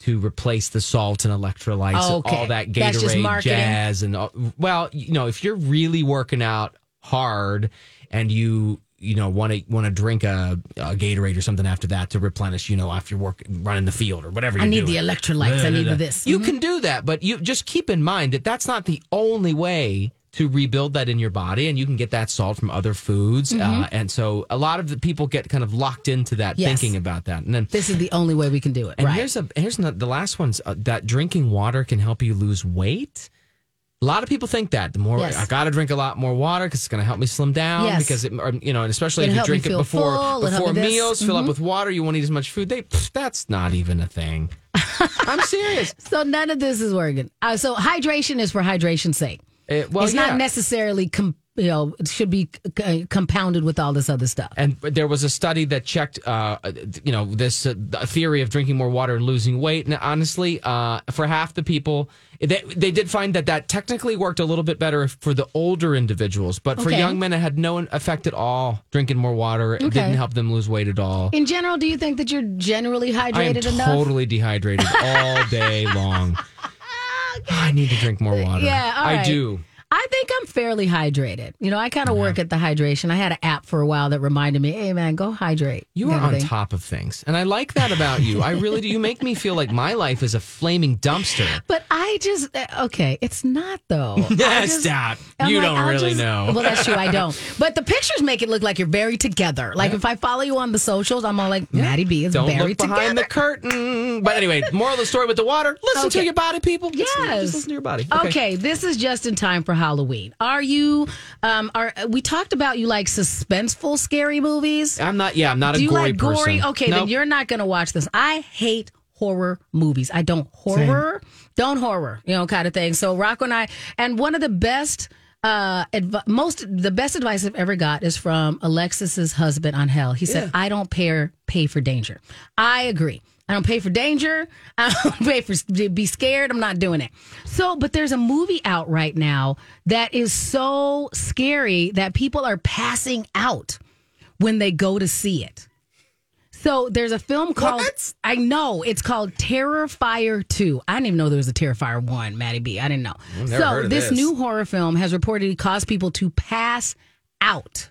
Speaker 2: to replace the salt and electrolytes
Speaker 1: Okay.
Speaker 2: and all that
Speaker 1: That's just
Speaker 2: Gatorade
Speaker 1: marketing.
Speaker 2: jazz and all, well, you know, if you're really working out hard and you you know want to want to drink a, a Gatorade or something after that to replenish, you know, after work running the field or whatever.
Speaker 1: I
Speaker 2: you're
Speaker 1: need the
Speaker 2: doing.
Speaker 1: electrolytes. I need
Speaker 2: Da-da-da.
Speaker 1: this. Mm-hmm.
Speaker 2: You can do that, but you just keep in mind that that's not the only way to rebuild that in your body, and you can get that salt from other foods. Uh,
Speaker 1: Mhm.
Speaker 2: and so, a lot of the people get kind of locked into that,
Speaker 1: Yes.
Speaker 2: thinking about that. And then,
Speaker 1: This is the only way we can do it.
Speaker 2: and
Speaker 1: right.
Speaker 2: here's a here's not, the last one's uh, that drinking water can help you lose weight. A lot of people think that the more
Speaker 1: Yes.
Speaker 2: I got to drink a lot more water because it's going to help me slim down.
Speaker 1: Yes.
Speaker 2: Because it, or, you know, and especially
Speaker 1: It'll
Speaker 2: if you
Speaker 1: help me
Speaker 2: drink it
Speaker 1: feel
Speaker 2: before
Speaker 1: full, it'll help
Speaker 2: before
Speaker 1: me this.
Speaker 2: meals, fill
Speaker 1: Mhm.
Speaker 2: up with water. You won't eat as much food. They pff, that's not even a thing. I'm serious.
Speaker 1: So none of this is working. Uh, so hydration is for hydration's sake.
Speaker 2: It- Eh, well,
Speaker 1: it's
Speaker 2: yeah.
Speaker 1: not necessarily com- you know it should be c- uh, compounded with all this other stuff.
Speaker 2: And there was a study that checked, uh, you know, this uh, the theory of drinking more water and losing weight. And honestly, uh, for half the people, they, they did find that that technically worked a little bit better for the older individuals, but for
Speaker 1: Okay.
Speaker 2: young men, it had no effect at all. Drinking more water it
Speaker 1: Okay.
Speaker 2: didn't help them lose weight at all.
Speaker 1: In general, do you think that you're generally hydrated
Speaker 2: I am
Speaker 1: enough?
Speaker 2: totally dehydrated all day long. I need to drink more water.
Speaker 1: Yeah, all
Speaker 2: I
Speaker 1: right.
Speaker 2: do.
Speaker 1: I think I'm fairly hydrated. You know, I kind of work at the hydration. I had an app for a while that reminded me, hey, man, go hydrate.
Speaker 2: You are
Speaker 1: Kinda
Speaker 2: on
Speaker 1: thing.
Speaker 2: top of things. And I like that about you. I really do. You make me feel like my life is a flaming dumpster.
Speaker 1: But I just, uh, okay, it's not though. I just-
Speaker 2: Stop.
Speaker 1: I'm
Speaker 2: You
Speaker 1: like,
Speaker 2: don't
Speaker 1: I'll
Speaker 2: really
Speaker 1: just-
Speaker 2: know.
Speaker 1: Well, that's true. I don't. But the pictures make it look like you're very together. Like if I follow you on the socials, I'm all like, Maddie B is
Speaker 2: Don't
Speaker 1: very
Speaker 2: look
Speaker 1: together.
Speaker 2: behind the curtain. But anyway, moral of the story with the water. Listen to
Speaker 1: Okay.
Speaker 2: your body, people. Listen-
Speaker 1: Yes.
Speaker 2: just listen to your body.
Speaker 1: Okay. this is just in time for Halloween. Are you? Um, are we talked about you like suspenseful, scary movies?
Speaker 2: I'm not. Yeah, I'm not
Speaker 1: Do
Speaker 2: a
Speaker 1: you
Speaker 2: gory
Speaker 1: like gory?
Speaker 2: person.
Speaker 1: Okay, then
Speaker 2: Nope.
Speaker 1: you're not gonna watch this. I hate horror movies. I don't horror, don't horror, you know, kind of thing. So Rocco and I, and one of the best. Uh, adv- most the best advice I've ever got is from Alexis's husband on Hell. He said, "I don't pay pay for danger." I agree. I don't pay for danger. I don't pay for to be scared. I'm not doing it. So, but there's a movie out right now that is so scary that people are passing out when they go to see it. So there's a film called I know it's called Terrifier 2. I didn't even know there was a Terrifier 1, Maddie B. I didn't know.
Speaker 10: I've never
Speaker 1: So
Speaker 10: heard of
Speaker 1: this,
Speaker 10: this.
Speaker 1: new horror film has reportedly caused people to pass out.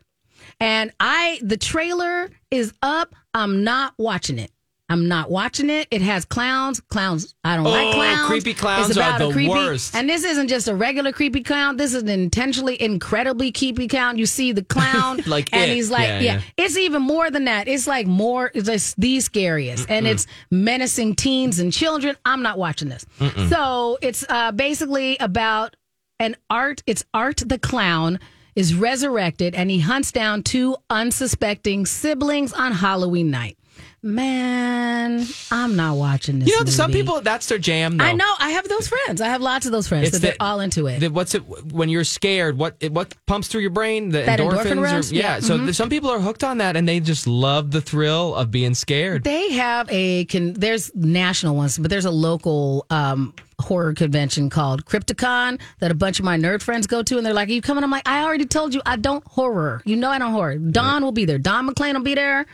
Speaker 1: And I the trailer is up. I'm not watching it. I'm not watching it. It has clowns. Clowns. I don't like
Speaker 2: Oh,
Speaker 1: clowns.
Speaker 2: creepy clowns
Speaker 1: It's
Speaker 2: are
Speaker 1: about a
Speaker 2: the
Speaker 1: creepy,
Speaker 2: worst.
Speaker 1: And this isn't just a regular creepy clown. This is an intentionally incredibly creepy clown. You see the clown,
Speaker 2: Like
Speaker 1: and
Speaker 2: it.
Speaker 1: he's like,
Speaker 2: Yeah,
Speaker 1: yeah,
Speaker 2: yeah.
Speaker 1: it's even more than that. It's like more, it's just the scariest. And it's menacing teens and children. I'm not watching this.
Speaker 10: Mm-mm.
Speaker 1: So it's uh, basically about an art, it's Art the Clown is resurrected and he hunts down two unsuspecting siblings on Halloween night. Man, I'm not watching this.
Speaker 2: You know, some
Speaker 1: movie.
Speaker 2: people that's their jam. Though.
Speaker 1: I know. I have those friends. I have lots of those friends
Speaker 2: It's
Speaker 1: that they're
Speaker 2: the-
Speaker 1: all into it.
Speaker 2: The- what's it when you're scared? What it- what pumps through your brain? The
Speaker 1: That
Speaker 2: endorphins.
Speaker 1: endorphin
Speaker 2: or-
Speaker 1: rush?
Speaker 2: yeah.
Speaker 1: Yeah.
Speaker 2: So
Speaker 1: Mhm.
Speaker 2: th- some people are hooked on that, and they just love the thrill of being scared.
Speaker 1: They have a con. There's national ones, but there's a local um, horror convention called Crypticon that a bunch of my nerd friends go to, and they're like, "Are you coming?" I'm like, "I already told you I don't horror. You know I don't horror." Don will be there. Don McLean will be there.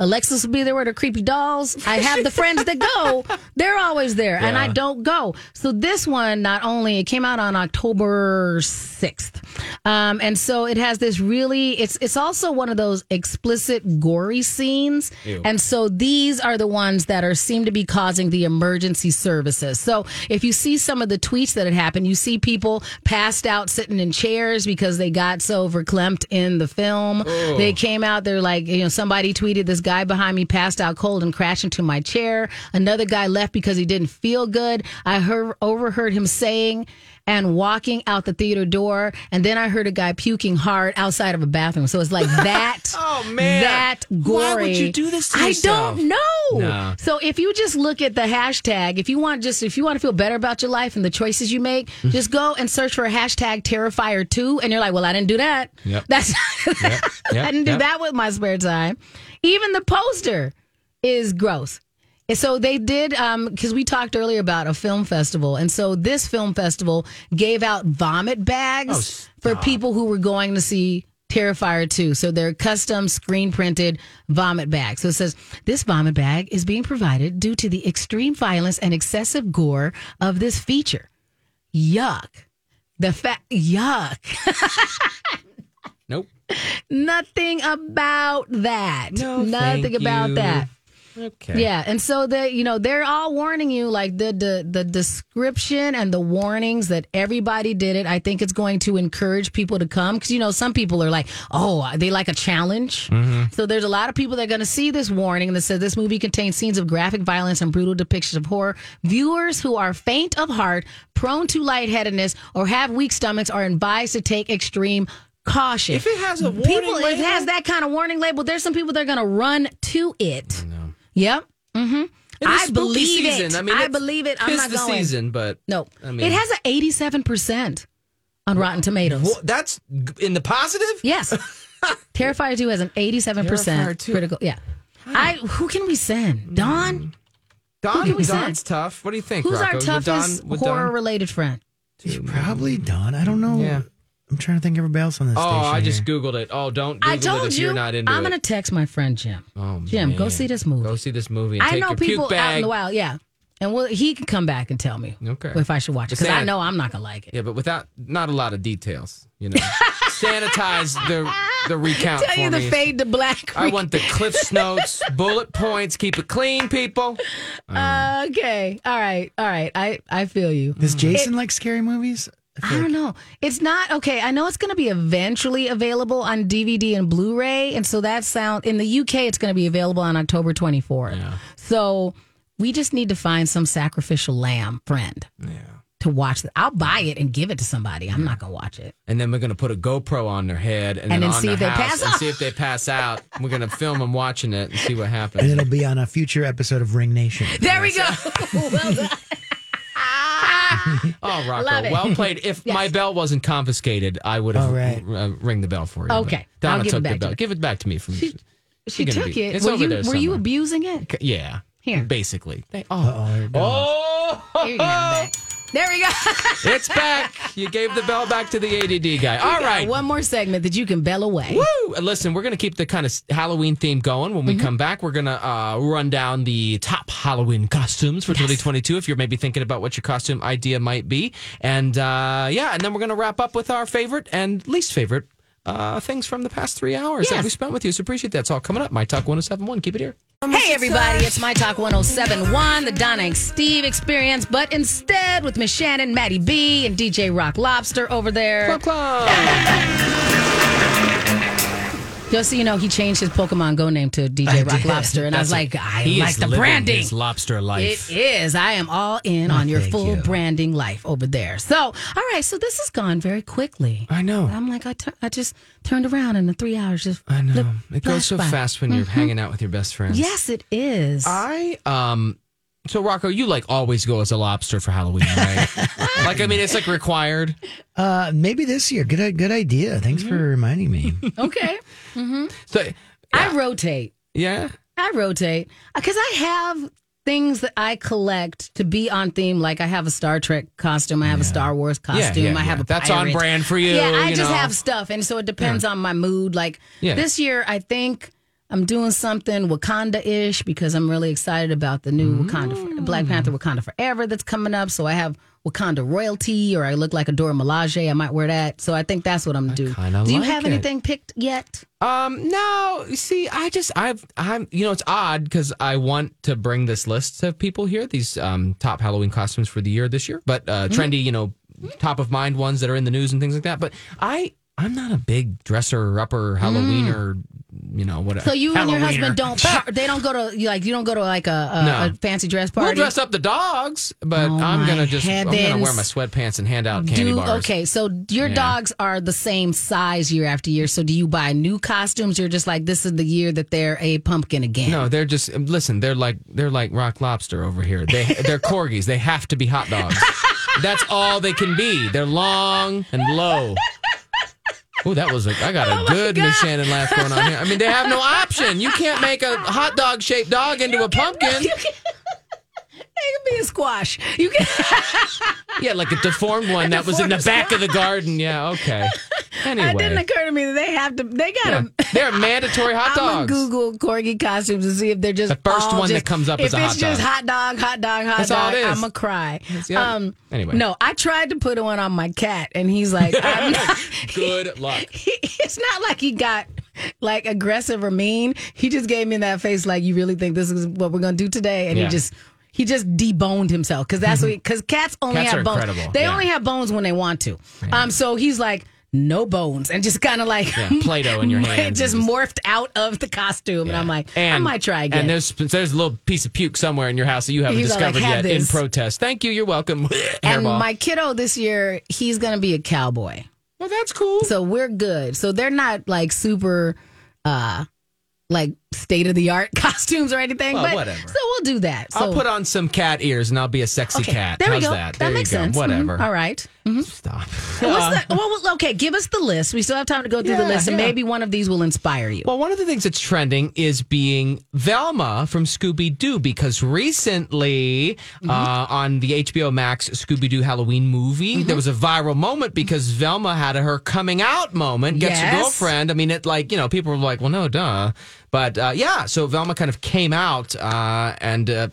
Speaker 1: Alexis will be there with her creepy dolls. I have the friends that go. They're always there, and I
Speaker 10: Yeah.
Speaker 1: don't go. So this one, not only it came out on October sixth, um, and so it has this really. It's it's also one of those explicit gory scenes,
Speaker 10: Ew.
Speaker 1: and so these are the ones that are seem to be causing the emergency services. So if you see some of the tweets that had happened, you see people passed out sitting in chairs because they got so verklempt in the film.
Speaker 10: Oh.
Speaker 1: They came out, they're like, you know, somebody tweeted this guy behind me passed out cold and crashed into my chair. Another guy left because he didn't feel good. I heard overheard him saying and walking out the theater door, and then I heard a guy puking hard outside of a bathroom. So it's like that
Speaker 10: Oh, man.
Speaker 1: that gory.
Speaker 10: Why would you do this to
Speaker 1: I
Speaker 10: yourself?
Speaker 1: don't know.
Speaker 10: No.
Speaker 1: So if you just look at the hashtag, if you want just if you want to feel better about your life and the choices you make,
Speaker 10: Mm-hmm.
Speaker 1: just go and search for a hashtag Terrifier two, and you're like, well, I didn't do that.
Speaker 10: Yep.
Speaker 1: That's
Speaker 10: yep,
Speaker 1: I didn't do
Speaker 10: yep.
Speaker 1: that with my spare time. Even the poster is gross. And so they did because we talked earlier about a film festival, and so this film festival gave out vomit bags for people who were going to see Terrifier 2. So they're custom screen printed vomit bags. So it says this vomit bag is being provided due to the extreme violence and excessive gore of this feature. Yuck. The fact, yuck.
Speaker 2: Nope.
Speaker 1: Nothing about that. Nothing
Speaker 2: Thank
Speaker 1: about
Speaker 2: you.
Speaker 1: that.
Speaker 2: Okay.
Speaker 1: Yeah, and so the you know they're all warning you like the the the description and the warnings that everybody did it. I think it's going to encourage people to come because you know some people are like, oh, they like a challenge.
Speaker 2: Mm-hmm.
Speaker 10: Mhm.
Speaker 1: So there's a lot of people that are going to see this warning that says this movie contains scenes of graphic violence and brutal depictions of horror. Viewers who are faint of heart, prone to lightheadedness, or have weak stomachs are advised to take extreme caution.
Speaker 10: If it has a warning
Speaker 1: people, it
Speaker 10: label-
Speaker 1: has that kind of warning label. There's some people that are going to run to it. Yep. Mm-hmm.
Speaker 2: It is
Speaker 1: I
Speaker 2: spooky
Speaker 1: believe it.
Speaker 2: season.
Speaker 1: I,
Speaker 2: mean, it's-
Speaker 1: believe it. I'm
Speaker 2: it's
Speaker 1: not
Speaker 2: the
Speaker 1: going.
Speaker 2: season, but
Speaker 1: No,
Speaker 2: I mean,
Speaker 1: it has an 87 percent on Rotten Tomatoes.
Speaker 2: Well, that's g- in the positive.
Speaker 1: Yes, Terrifier 2 has an 87
Speaker 2: Terrifier
Speaker 1: percent
Speaker 2: 2.
Speaker 1: critical. Yeah, I. Who can we
Speaker 2: Hmm.
Speaker 1: send? Don. Who
Speaker 2: Don,
Speaker 1: can we
Speaker 2: Don's
Speaker 1: send?
Speaker 2: tough. What do you think?
Speaker 1: Who's
Speaker 2: Rocco?
Speaker 1: our
Speaker 2: Would
Speaker 1: toughest
Speaker 2: Don, would Don-
Speaker 1: horror related friend?
Speaker 3: It's probably done. I don't know.
Speaker 2: Yeah.
Speaker 3: I'm trying to think of everybody else on this
Speaker 2: Oh,
Speaker 3: station.
Speaker 2: I just
Speaker 3: here.
Speaker 2: googled it. Oh, don't. Google
Speaker 1: I
Speaker 2: it
Speaker 1: told
Speaker 2: if
Speaker 1: you.
Speaker 2: you are not into
Speaker 1: I'm
Speaker 2: it.
Speaker 1: gonna text my friend Jim.
Speaker 2: Oh,
Speaker 1: Jim, go
Speaker 2: man.
Speaker 1: see this movie.
Speaker 2: Go see this movie. And
Speaker 1: I
Speaker 2: take
Speaker 1: know
Speaker 2: your puke
Speaker 1: people out
Speaker 2: bag.
Speaker 1: in the wild. Yeah, and well, he can come back and tell me
Speaker 2: Okay.
Speaker 1: if I should watch it
Speaker 2: But
Speaker 1: because I
Speaker 2: Santa-
Speaker 1: know I'm not gonna like it.
Speaker 2: Yeah, but without not a lot of details, you know. Sanitize the the recount.
Speaker 1: tell
Speaker 2: for
Speaker 1: you the
Speaker 2: me.
Speaker 1: fade to black.
Speaker 2: I want the Cliff's notes, bullet points. Keep it clean, people.
Speaker 1: okay, all right, all right. I I feel you.
Speaker 3: Does Jason
Speaker 1: It-
Speaker 3: like scary movies?
Speaker 1: I don't know. It's not okay. I know it's going to be eventually available on DVD and Blu-ray, and so that sound in the UK it's going to be available on October 24th. So we just need to find some sacrificial lamb friend. To watch that, I'll buy it and give it to somebody. I'm not gonna watch it.
Speaker 2: And then we're gonna put a GoPro on their head and,
Speaker 1: And
Speaker 2: then
Speaker 1: then
Speaker 2: on
Speaker 1: see
Speaker 2: their
Speaker 1: if they
Speaker 2: house
Speaker 1: pass
Speaker 2: and
Speaker 1: out.
Speaker 2: see if they pass out. We're gonna film them watching it and see what
Speaker 3: And
Speaker 2: happens.
Speaker 3: it'll be on a future episode of Ring Nation.
Speaker 1: There we go. well done.
Speaker 2: Oh,
Speaker 1: Love
Speaker 2: Rocco,
Speaker 1: it.
Speaker 2: well played. If my bell wasn't confiscated, I would have
Speaker 3: All right.
Speaker 2: r- uh, ring the bell for you.
Speaker 1: Okay,
Speaker 2: but Donna
Speaker 1: I'll give
Speaker 2: took
Speaker 1: it back
Speaker 2: the
Speaker 1: to
Speaker 2: bell.
Speaker 1: you.
Speaker 2: Give it back to me from.
Speaker 1: She- She
Speaker 2: you're gonna
Speaker 1: took
Speaker 2: be-
Speaker 1: it.
Speaker 2: It's
Speaker 1: were
Speaker 2: over
Speaker 1: you
Speaker 2: there
Speaker 1: were you
Speaker 2: somewhere.
Speaker 1: abusing it?
Speaker 2: C- Yeah.
Speaker 1: Here.
Speaker 2: Basically. They-
Speaker 3: oh.
Speaker 2: Oh.
Speaker 1: Here you have it. There we go.
Speaker 2: It's back. You gave the bell back to the ADD guy. All
Speaker 1: We got
Speaker 2: right.
Speaker 1: One more segment that you can bell away.
Speaker 2: Woo! And Listen, we're going to keep the kind of Halloween theme going. When we
Speaker 1: Mm-hmm.
Speaker 2: come back, we're going to uh, run down the top Halloween costumes for 2022 if you're maybe thinking about what your costume idea might be. And uh, yeah, and then we're going to wrap up with our favorite and least favorite uh, things from the past three hours that we spent with you. So appreciate that. It's all coming up. My Talk 1071. Keep it here.
Speaker 1: Hey, everybody, it's My Talk 1071, the Donna and Steve experience, but instead with Miss Shannon, Maddie B, and DJ Rock Lobster over there. Club Just so you know, he changed his Pokemon Go name to DJ Rock Lobster, and I was like, I like the branding.
Speaker 2: lobster
Speaker 1: It is. I am all in on your full branding life over there. So, all right. So this has gone very quickly.
Speaker 2: I know.
Speaker 1: I'm like, I tur- I just turned around in the three hours. Just
Speaker 2: I know.
Speaker 1: flip-
Speaker 2: it goes so
Speaker 1: flash by. Mm-hmm.
Speaker 2: fast when you're hanging out with your best friends.
Speaker 1: Yes, it is.
Speaker 2: I um so Rocco, you like always go as a lobster for Halloween, right? like I mean it's like required.
Speaker 3: Uh, maybe this year. Good, good idea. Thanks for
Speaker 1: Mm-hmm.
Speaker 3: reminding me.
Speaker 1: okay. hmm
Speaker 2: So
Speaker 1: I rotate.
Speaker 2: yeah.
Speaker 1: I rotate because I have things that I collect to be on theme. Like I have a Star Trek costume, I have a Star Wars costume, I have a
Speaker 2: That's on
Speaker 1: pirate.
Speaker 2: brand for you.
Speaker 1: Yeah, I
Speaker 2: you
Speaker 1: just
Speaker 2: know.
Speaker 1: have stuff, and so it depends
Speaker 2: Yeah.
Speaker 1: on my mood. Like
Speaker 2: Yeah.
Speaker 1: this year, I think I'm doing something Wakanda-ish because I'm really excited about the new
Speaker 2: Mm.
Speaker 1: Wakanda, Black Panther, Wakanda Forever that's coming up. So I have Wakanda royalty, or I look like Adora Milaje. I might wear that. So I think that's what I'm doing.
Speaker 2: kinda
Speaker 1: Do you
Speaker 2: like
Speaker 1: have
Speaker 2: it.
Speaker 1: anything picked yet?
Speaker 2: Um, no, you see, I just, I've, I'm, you know, it's odd because I want to bring this list of people here, these um, top Halloween costumes for the year this year, but uh,
Speaker 1: Mm-hmm.
Speaker 2: trendy, you know, top of mind ones that are in the news and things like that. But I, I'm not a big dresser upper Halloweener, you know, whatever.
Speaker 1: Mm. So you and your
Speaker 2: Halloweener.
Speaker 1: husband don't par- they don't go to you like you don't go to like a, a,
Speaker 2: No.
Speaker 1: a fancy dress party. Oh
Speaker 2: We'll dress up the dogs, but I'm
Speaker 1: my
Speaker 2: gonna just, I'm gonna wear
Speaker 1: heavens.
Speaker 2: my sweatpants and hand out candy
Speaker 1: do
Speaker 2: bars.
Speaker 1: okay, so your
Speaker 2: Yeah.
Speaker 1: dogs are the same size year after year. So do you buy new costumes? You're just like this is the year that they're a pumpkin again.
Speaker 2: No, they're just listen. They're like they're like rock lobster over here. They they're corgis. They have to be hot dogs. That's all they can be. They're long and low. Oh, that was a I got a good Miss Shannon laugh going on here. I mean, they have no option. You can't make a hot dog shaped dog into a pumpkin.
Speaker 1: You can, they can be a squash. You can
Speaker 2: Yeah, like a deformed one that was in the back of the garden. Yeah, okay.
Speaker 1: It didn't
Speaker 2: Anyway,
Speaker 1: occur to me that they have to. They got
Speaker 2: Yeah.
Speaker 1: to
Speaker 2: they're mandatory hot
Speaker 1: I'm gonna
Speaker 2: dogs.
Speaker 1: Google corgi costumes to see if they're just
Speaker 2: The first
Speaker 1: all
Speaker 2: one that
Speaker 1: just-
Speaker 2: comes up
Speaker 1: If
Speaker 2: is a
Speaker 1: it's
Speaker 2: hot
Speaker 1: just
Speaker 2: dog.
Speaker 1: hot dog, hot dog, hot
Speaker 2: That's all
Speaker 1: dog,
Speaker 2: it is.
Speaker 1: I'm gonna cry. Um,
Speaker 2: yeah. Anyway.
Speaker 1: no, I tried to put one on my cat, and he's like, I'm not,
Speaker 2: Good luck.
Speaker 1: he- it's not like he got like aggressive or mean. He just gave me that face, like, you really think this is what we're gonna do today? And
Speaker 2: Yeah.
Speaker 1: he just. He just deboned himself because that's what because cats only
Speaker 2: Cats
Speaker 1: have
Speaker 2: are
Speaker 1: bones.
Speaker 2: incredible.
Speaker 1: They
Speaker 2: Yeah.
Speaker 1: only have bones when they want to. Um, so he's like no bones and just kind of like
Speaker 2: Yeah, Play-Doh in your hands.
Speaker 1: just morphed out of the costume, and I'm like, I might try again.
Speaker 2: And there's there's a little piece of puke somewhere in your house that you haven't
Speaker 1: He's all
Speaker 2: discovered
Speaker 1: like,
Speaker 2: yet
Speaker 1: "Have
Speaker 2: in
Speaker 1: this."
Speaker 2: protest. Thank you. You're welcome.
Speaker 1: And
Speaker 2: Hairball.
Speaker 1: my kiddo this year, he's gonna be a cowboy.
Speaker 2: Well, that's cool.
Speaker 1: So we're good. So they're not like super, uh, like state of the art costumes or anything.
Speaker 2: Well,
Speaker 1: but
Speaker 2: whatever.
Speaker 1: so we'll do that. So
Speaker 2: I'll put on some cat ears and I'll be a sexy
Speaker 1: okay,
Speaker 2: cat.
Speaker 1: There
Speaker 2: How's
Speaker 1: we go.
Speaker 2: that? There
Speaker 1: makes
Speaker 2: you go.
Speaker 1: sense. Mhm.
Speaker 2: Whatever.
Speaker 1: All right. Mhm.
Speaker 2: Stop.
Speaker 1: What's the, well, well, okay, give us the list. We still have time to go through the
Speaker 2: Yeah,
Speaker 1: list, and
Speaker 2: yeah.
Speaker 1: maybe one of these will inspire you.
Speaker 2: Well, one of the things that's trending is being Velma from Scooby Doo because recently
Speaker 1: Mm-hmm.
Speaker 2: uh, on the HBO Max Scooby Doo Halloween movie,
Speaker 1: Mm-hmm.
Speaker 2: there was a viral moment because Velma had her coming out moment, gets
Speaker 1: Yes.
Speaker 2: a girlfriend. I mean, it like, you know, people were like, well, no, duh. But uh, yeah, so Velma kind of came out uh, and uh,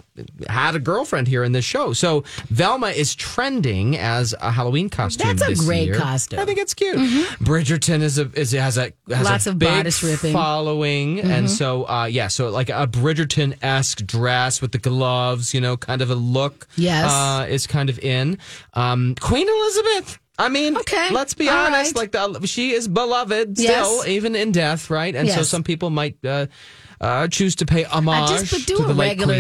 Speaker 2: had a girlfriend here in this show. So Velma is trending as a Halloween costume.
Speaker 1: That's a
Speaker 2: this
Speaker 1: great
Speaker 2: year.
Speaker 1: costume. I think
Speaker 2: it's cute. Bridgerton is a is has a has
Speaker 1: Lots
Speaker 2: a
Speaker 1: of
Speaker 2: big
Speaker 1: bodice ripping.
Speaker 2: following, and
Speaker 1: Mhm.
Speaker 2: so uh, yeah, so like a Bridgerton esque dress with the gloves, you know, kind of a look.
Speaker 1: Yes.
Speaker 2: uh, is kind of in um, Queen Elizabeth. I mean, okay. let's be
Speaker 1: All
Speaker 2: honest,
Speaker 1: right.
Speaker 2: like the, she is beloved
Speaker 1: Yes.
Speaker 2: still, even in death, right? And so
Speaker 1: Yes.
Speaker 2: some people might. Uh, uh, choose to pay homage
Speaker 1: I just but do
Speaker 2: to
Speaker 1: a
Speaker 2: the late
Speaker 1: regular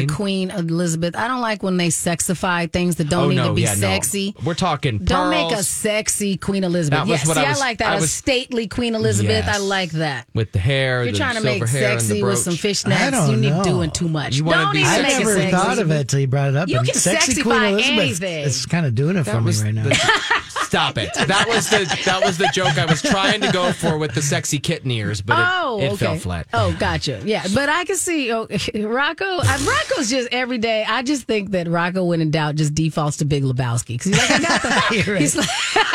Speaker 1: queen.
Speaker 2: queen.
Speaker 1: Elizabeth. I don't like when they sexify things that don't
Speaker 2: Oh,
Speaker 1: need
Speaker 2: no,
Speaker 1: to be
Speaker 2: yeah, no.
Speaker 1: sexy.
Speaker 2: We're talking pearls.
Speaker 1: Don't make a sexy Queen Elizabeth.
Speaker 2: That was
Speaker 1: yes,
Speaker 2: what
Speaker 1: see,
Speaker 2: I
Speaker 1: I,
Speaker 2: was-
Speaker 1: like that.
Speaker 2: I
Speaker 1: A
Speaker 2: was-
Speaker 1: stately Queen Elizabeth. I
Speaker 2: Yes.
Speaker 1: like that.
Speaker 2: with the hair.
Speaker 1: You're
Speaker 2: the
Speaker 1: trying to
Speaker 2: silver
Speaker 1: make
Speaker 2: hair and the
Speaker 1: sexy with
Speaker 2: brooch.
Speaker 1: some
Speaker 3: I
Speaker 1: fishnets. You
Speaker 3: don't
Speaker 1: need
Speaker 3: know.
Speaker 1: doing too much.
Speaker 3: You
Speaker 1: don't
Speaker 3: wanna be
Speaker 1: even
Speaker 3: I
Speaker 1: make it
Speaker 3: never
Speaker 1: sexy.
Speaker 3: thought of it till you brought it up.
Speaker 1: You
Speaker 3: and
Speaker 1: can
Speaker 3: sexy Queen
Speaker 1: sexify
Speaker 3: Elizabeth
Speaker 1: anything.
Speaker 3: It's kind of doing it
Speaker 2: That
Speaker 3: for me
Speaker 2: was
Speaker 3: right now.
Speaker 2: Stop it. That was the that was the joke I was trying to go for with the sexy kitten ears, but it,
Speaker 1: oh,
Speaker 2: it
Speaker 1: okay.
Speaker 2: fell flat.
Speaker 1: Oh, gotcha. Yeah, but I can see oh, Rocco. I, Rocco's just every day. I just think that Rocco, when in doubt, just defaults to Big Lebowski 'Cause he's like, I got the. he's like.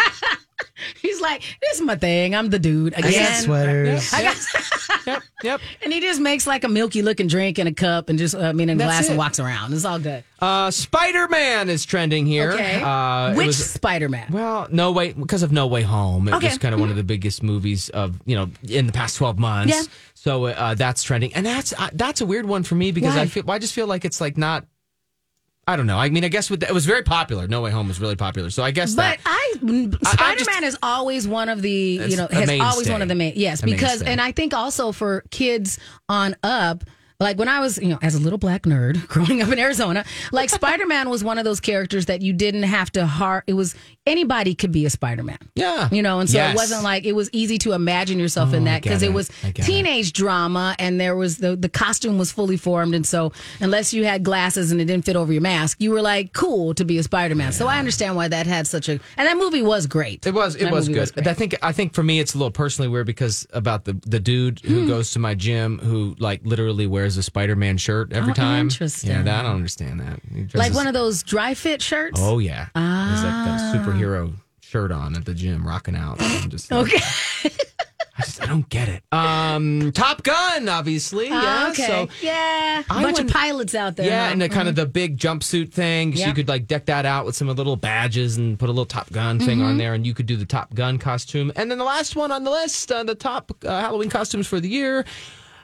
Speaker 1: He's like, this is my thing. I'm the dude
Speaker 3: I got
Speaker 1: again.
Speaker 3: sweaters.
Speaker 1: I got-
Speaker 2: yep, yep.
Speaker 1: And he just makes like a milky looking drink in a cup and just, uh, I mean, in a
Speaker 2: That's
Speaker 1: glass
Speaker 2: it.
Speaker 1: and walks around. It's all good.
Speaker 2: Uh, Spider Man is trending here.
Speaker 1: Okay.
Speaker 2: Uh, it
Speaker 1: Which
Speaker 2: was-
Speaker 1: Spider Man?
Speaker 2: Well, no way because of No Way Home. It
Speaker 1: Okay.
Speaker 2: was kind of one of the biggest movies of you know in the past twelve months.
Speaker 1: Yeah.
Speaker 2: So uh, that's trending, and that's uh, that's a weird one for me because I
Speaker 1: Why?
Speaker 2: feel I just feel like it's like not. I don't know. I mean, I guess with the, it was very popular. No Way Home was really popular, so I guess
Speaker 1: But
Speaker 2: that.
Speaker 1: I, Spider Man is always one of the, you
Speaker 2: It's
Speaker 1: know,
Speaker 2: a
Speaker 1: has always
Speaker 2: mainstay.
Speaker 1: one of the main, yes,
Speaker 2: A
Speaker 1: because,
Speaker 2: mainstay.
Speaker 1: and I think also for kids on up, like when I was, you know, as a little black nerd growing up in Arizona, like Spider Man was one of those characters that you didn't have to har It was anybody could be a Spider Man.
Speaker 2: Yeah.
Speaker 1: You know, and so
Speaker 2: Yes.
Speaker 1: it wasn't like it was easy to imagine yourself in that because
Speaker 2: get
Speaker 1: it
Speaker 2: it.
Speaker 1: was
Speaker 2: I get it.
Speaker 1: teenage drama and there was the, the costume was fully formed. And so, unless you had glasses and it didn't fit over your mask, you were like cool to be a Spider Man. So, I understand why that had such a. And that movie was great.
Speaker 2: It was it
Speaker 1: That
Speaker 2: was
Speaker 1: movie
Speaker 2: good. I think I think for me it's a little personally weird because about the the dude who
Speaker 1: Hmm.
Speaker 2: goes to my gym who like literally wears a Spider Man shirt every
Speaker 1: Oh,
Speaker 2: time.
Speaker 1: interesting.
Speaker 2: Yeah, that, I don't understand that. He
Speaker 1: Like
Speaker 2: dresses-
Speaker 1: one of those dry fit shirts.
Speaker 2: Oh yeah, he's
Speaker 1: Ah.
Speaker 2: like the superhero shirt on at the gym, rocking out. I'm just like,
Speaker 1: Okay.
Speaker 2: I just I don't get it. Um, Top Gun, obviously. Yeah.
Speaker 1: Ah, okay.
Speaker 2: So
Speaker 1: yeah. A
Speaker 2: I
Speaker 1: bunch
Speaker 2: wouldn't-
Speaker 1: of pilots out there.
Speaker 2: yeah,
Speaker 1: huh?
Speaker 2: and the kind of
Speaker 1: Mhm.
Speaker 2: the big jumpsuit thing. So you
Speaker 1: Yep.
Speaker 2: could like deck that out with some little badges and put a little Top Gun thing on
Speaker 1: Mhm.
Speaker 2: there, and you could do the Top Gun costume. And then the last one on the list, uh, the top uh, Halloween costumes for the year.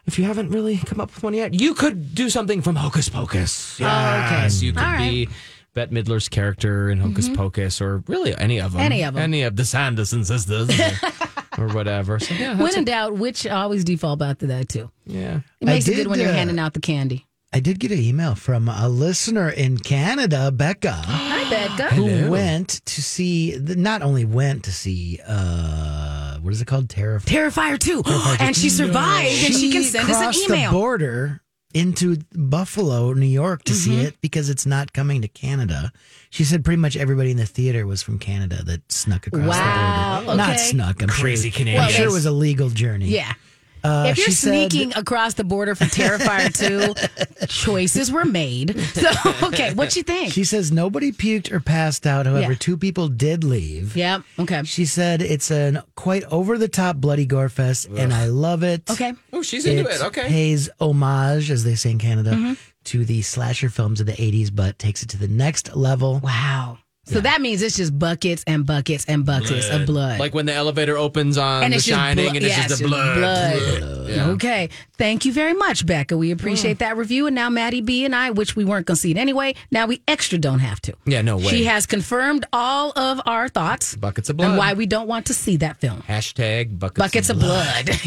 Speaker 2: If you haven't really come up with one yet, you could do something from Hocus Pocus.
Speaker 1: Oh, okay.
Speaker 2: Yes, you could
Speaker 1: All right.
Speaker 2: be Bette Midler's character in Hocus
Speaker 1: Mhm.
Speaker 2: Pocus, or really any of them.
Speaker 1: Any of 'em.
Speaker 2: Any of the Sanderson sisters, or, or whatever. So yeah,
Speaker 1: when
Speaker 2: that's
Speaker 1: in
Speaker 2: a,
Speaker 1: doubt, which I always default back to that too.
Speaker 2: yeah.
Speaker 1: It
Speaker 3: I
Speaker 1: makes it
Speaker 3: did,
Speaker 1: good when you're
Speaker 3: uh,
Speaker 1: handing out the candy.
Speaker 3: I did get an email from a listener in Canada, Becca,
Speaker 1: Hi, Becca.
Speaker 3: who went to see, not only went to see, uh, what is it called? Terrifier.
Speaker 1: Terrifier 2. and she survived, and she can send us an
Speaker 3: crossed
Speaker 1: email.
Speaker 3: the border into Buffalo, New York to
Speaker 1: Mm-hmm.
Speaker 3: see it because it's not coming to Canada. She said pretty much everybody in the theater was from Canada that snuck across
Speaker 1: Wow,
Speaker 3: the border. Not
Speaker 1: okay.
Speaker 3: snuck. I'm
Speaker 2: Crazy
Speaker 3: sure,
Speaker 2: Canadians.
Speaker 3: I'm sure it was a legal journey.
Speaker 1: Yeah.
Speaker 3: Uh,
Speaker 1: if you're
Speaker 3: she said-
Speaker 1: sneaking across the border for Terrifier 2, choices were made. So, okay, what you think?
Speaker 3: She says nobody puked or passed out. However,
Speaker 1: Yeah.
Speaker 3: two people did leave.
Speaker 1: Yep. Okay.
Speaker 3: She said it's an quite over the top bloody gore fest, and I love it.
Speaker 1: Okay.
Speaker 2: Oh, she's into it. Okay. Mm-hmm.
Speaker 3: Pays homage, as they say in Canada, to the slasher films of the 80s, but takes it to the next level.
Speaker 1: Wow. So that means it's just buckets and buckets and buckets of blood.
Speaker 2: Like when the elevator opens on The
Speaker 1: just
Speaker 2: Shining,
Speaker 1: blo-
Speaker 2: and it's
Speaker 1: yeah,
Speaker 2: just the blood.
Speaker 1: blood.
Speaker 2: Yeah.
Speaker 1: Okay. Thank you very much, Becca. We appreciate that review. And now Maddie B and I, which we weren't going to see it anyway, now we extra don't have to.
Speaker 2: Yeah, no way.
Speaker 1: She has confirmed all of our thoughts
Speaker 2: buckets of blood.
Speaker 1: and why we don't want to see that film.
Speaker 2: hashtag buckets,
Speaker 1: Buckets of blood.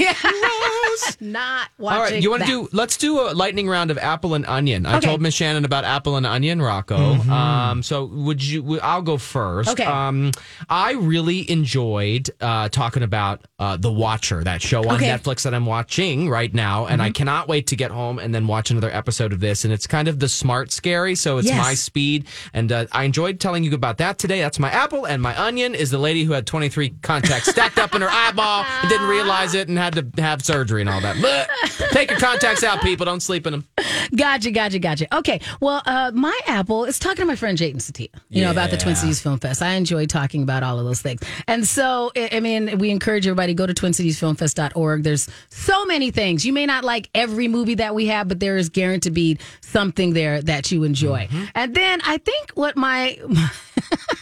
Speaker 1: Not watching.
Speaker 2: All right, you
Speaker 1: want to
Speaker 2: do? Let's do a lightning round of apple and onion. I
Speaker 1: Okay. Mm-hmm.
Speaker 2: told Miss Shannon about apple and onion, Rocco. Um, so would you? w- I'll go first.
Speaker 1: Okay.
Speaker 2: Um, I really enjoyed uh, talking about uh, the Watcher, that show on
Speaker 1: Okay. Mm-hmm.
Speaker 2: Netflix that I'm watching right now, and I cannot wait to get home and then watch another episode of this. And it's kind of the smart scary, so it's
Speaker 1: Yes.
Speaker 2: my speed. And uh, I enjoyed telling you about that today. That's my apple and my onion is the lady who had 23 contacts stacked up in her eyeball and didn't realize it and had to have surgery and all that. Blech. Take your contacts out, people. Don't sleep in them.
Speaker 1: Gotcha, gotcha, gotcha. Okay. Well, uh, my apple is talking to my friend Jayden Satia, you know, about the Twin
Speaker 2: Yeah.
Speaker 1: Cities Film Fest. I enjoy talking about all of those things. And so, I I mean, we encourage everybody everybody go to twincitiesfilmfest.org. There's so many things. You may not like every movie that we have, but there is guaranteed to be something there that you enjoy. And then I think what my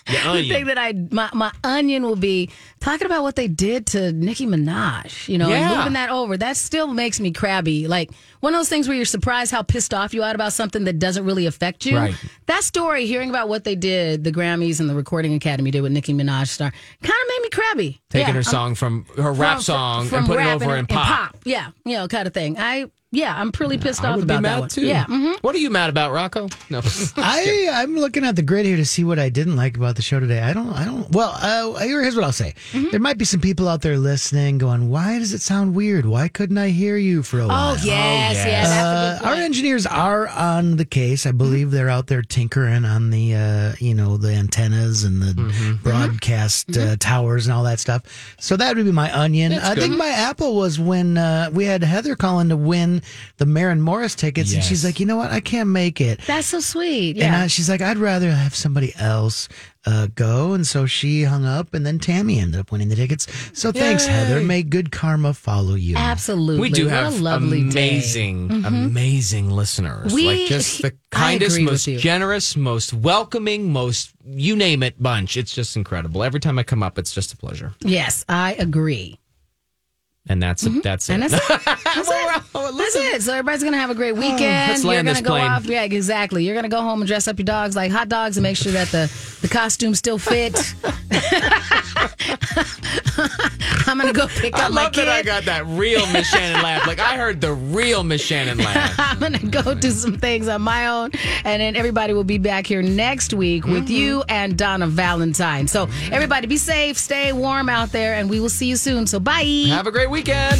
Speaker 1: the
Speaker 10: onion.
Speaker 1: thing that I my, my onion will be talking about what they did to Nicki Minaj, you know, and
Speaker 10: Yeah.
Speaker 1: moving that over. That still makes me crabby. Like one of those things where you're surprised how pissed off you are about something that doesn't really affect you.
Speaker 10: Right.
Speaker 1: That story, hearing about what they did, the Grammys and the Recording Academy did with Nicki Minaj star, kind of made me crabby.
Speaker 2: Taking
Speaker 1: Yeah,
Speaker 2: her
Speaker 1: I'm-
Speaker 2: song from her rap
Speaker 1: from-
Speaker 2: song
Speaker 1: from
Speaker 2: and putting it
Speaker 1: rap
Speaker 2: over in pop.
Speaker 1: Yeah, you know, kind of thing. I yeah, I'm pretty pissed
Speaker 2: I
Speaker 1: off
Speaker 2: would
Speaker 1: about that
Speaker 2: be mad
Speaker 1: one.
Speaker 2: too.
Speaker 1: Yeah. mm-hmm.
Speaker 2: What are you mad about, Rocco? No.
Speaker 3: I I'm looking at the grid here to see what I didn't like about the show today. I don't I don't well uh, here- here's what I'll say.
Speaker 2: Mm-hmm.
Speaker 3: There might be some people out there listening going, why does it sound weird? Why couldn't I hear you for
Speaker 2: Oh,
Speaker 3: a while?
Speaker 1: Oh, yes, yes, that's
Speaker 3: Uh, our engineers are on the case. I believe they're out there tinkering on the uh, you know the antennas and
Speaker 1: Mm-hmm.
Speaker 3: the broadcast Uh, towers and all that stuff. So that would be my onion.
Speaker 10: That's
Speaker 3: I
Speaker 10: good.
Speaker 3: think my apple was when uh, we had Heather calling to win the Marin Morris tickets, and she's
Speaker 1: Yes.
Speaker 3: like, you know what, I can't make it.
Speaker 1: That's so sweet.
Speaker 3: And
Speaker 1: Yeah.
Speaker 3: I, she's like, I'd rather have somebody else uh, go. And so she hung up, and then Tammy ended up winning the tickets. So thanks,
Speaker 1: Yay.
Speaker 3: Heather. May good karma follow you.
Speaker 1: Absolutely.
Speaker 2: We do
Speaker 1: What
Speaker 2: have
Speaker 1: a lovely day.
Speaker 2: amazing,
Speaker 1: Mhm.
Speaker 2: amazing listeners.
Speaker 1: We-
Speaker 2: like just the
Speaker 1: I
Speaker 2: kindest,
Speaker 1: agree with
Speaker 2: most
Speaker 1: you.
Speaker 2: generous, most welcoming, most you name it bunch. It's just incredible. Every time I come up, it's just a pleasure.
Speaker 1: Yes, I agree.
Speaker 2: And that's that's it.
Speaker 1: Mm-hmm. And that's it. That's, it. That's it. So everybody's gonna have a great weekend.
Speaker 2: Oh, let's land
Speaker 1: You're
Speaker 2: this
Speaker 1: gonna go
Speaker 2: plane.
Speaker 1: off. Yeah, exactly. You're gonna go home and dress up your dogs like hot dogs and make sure that the the costumes still fit. I'm gonna go pick
Speaker 2: I
Speaker 1: up my
Speaker 2: love
Speaker 1: kid.
Speaker 2: that I got that real Miss Shannon laugh. Like I heard the real Miss Shannon laugh.
Speaker 1: I'm going to go do some things on my own. And then everybody will be back here next week
Speaker 2: Mm-hmm.
Speaker 1: with you and Donna Valentine. So, everybody, be safe, stay warm out there, and we will see you soon. So, bye.
Speaker 2: Have a great weekend.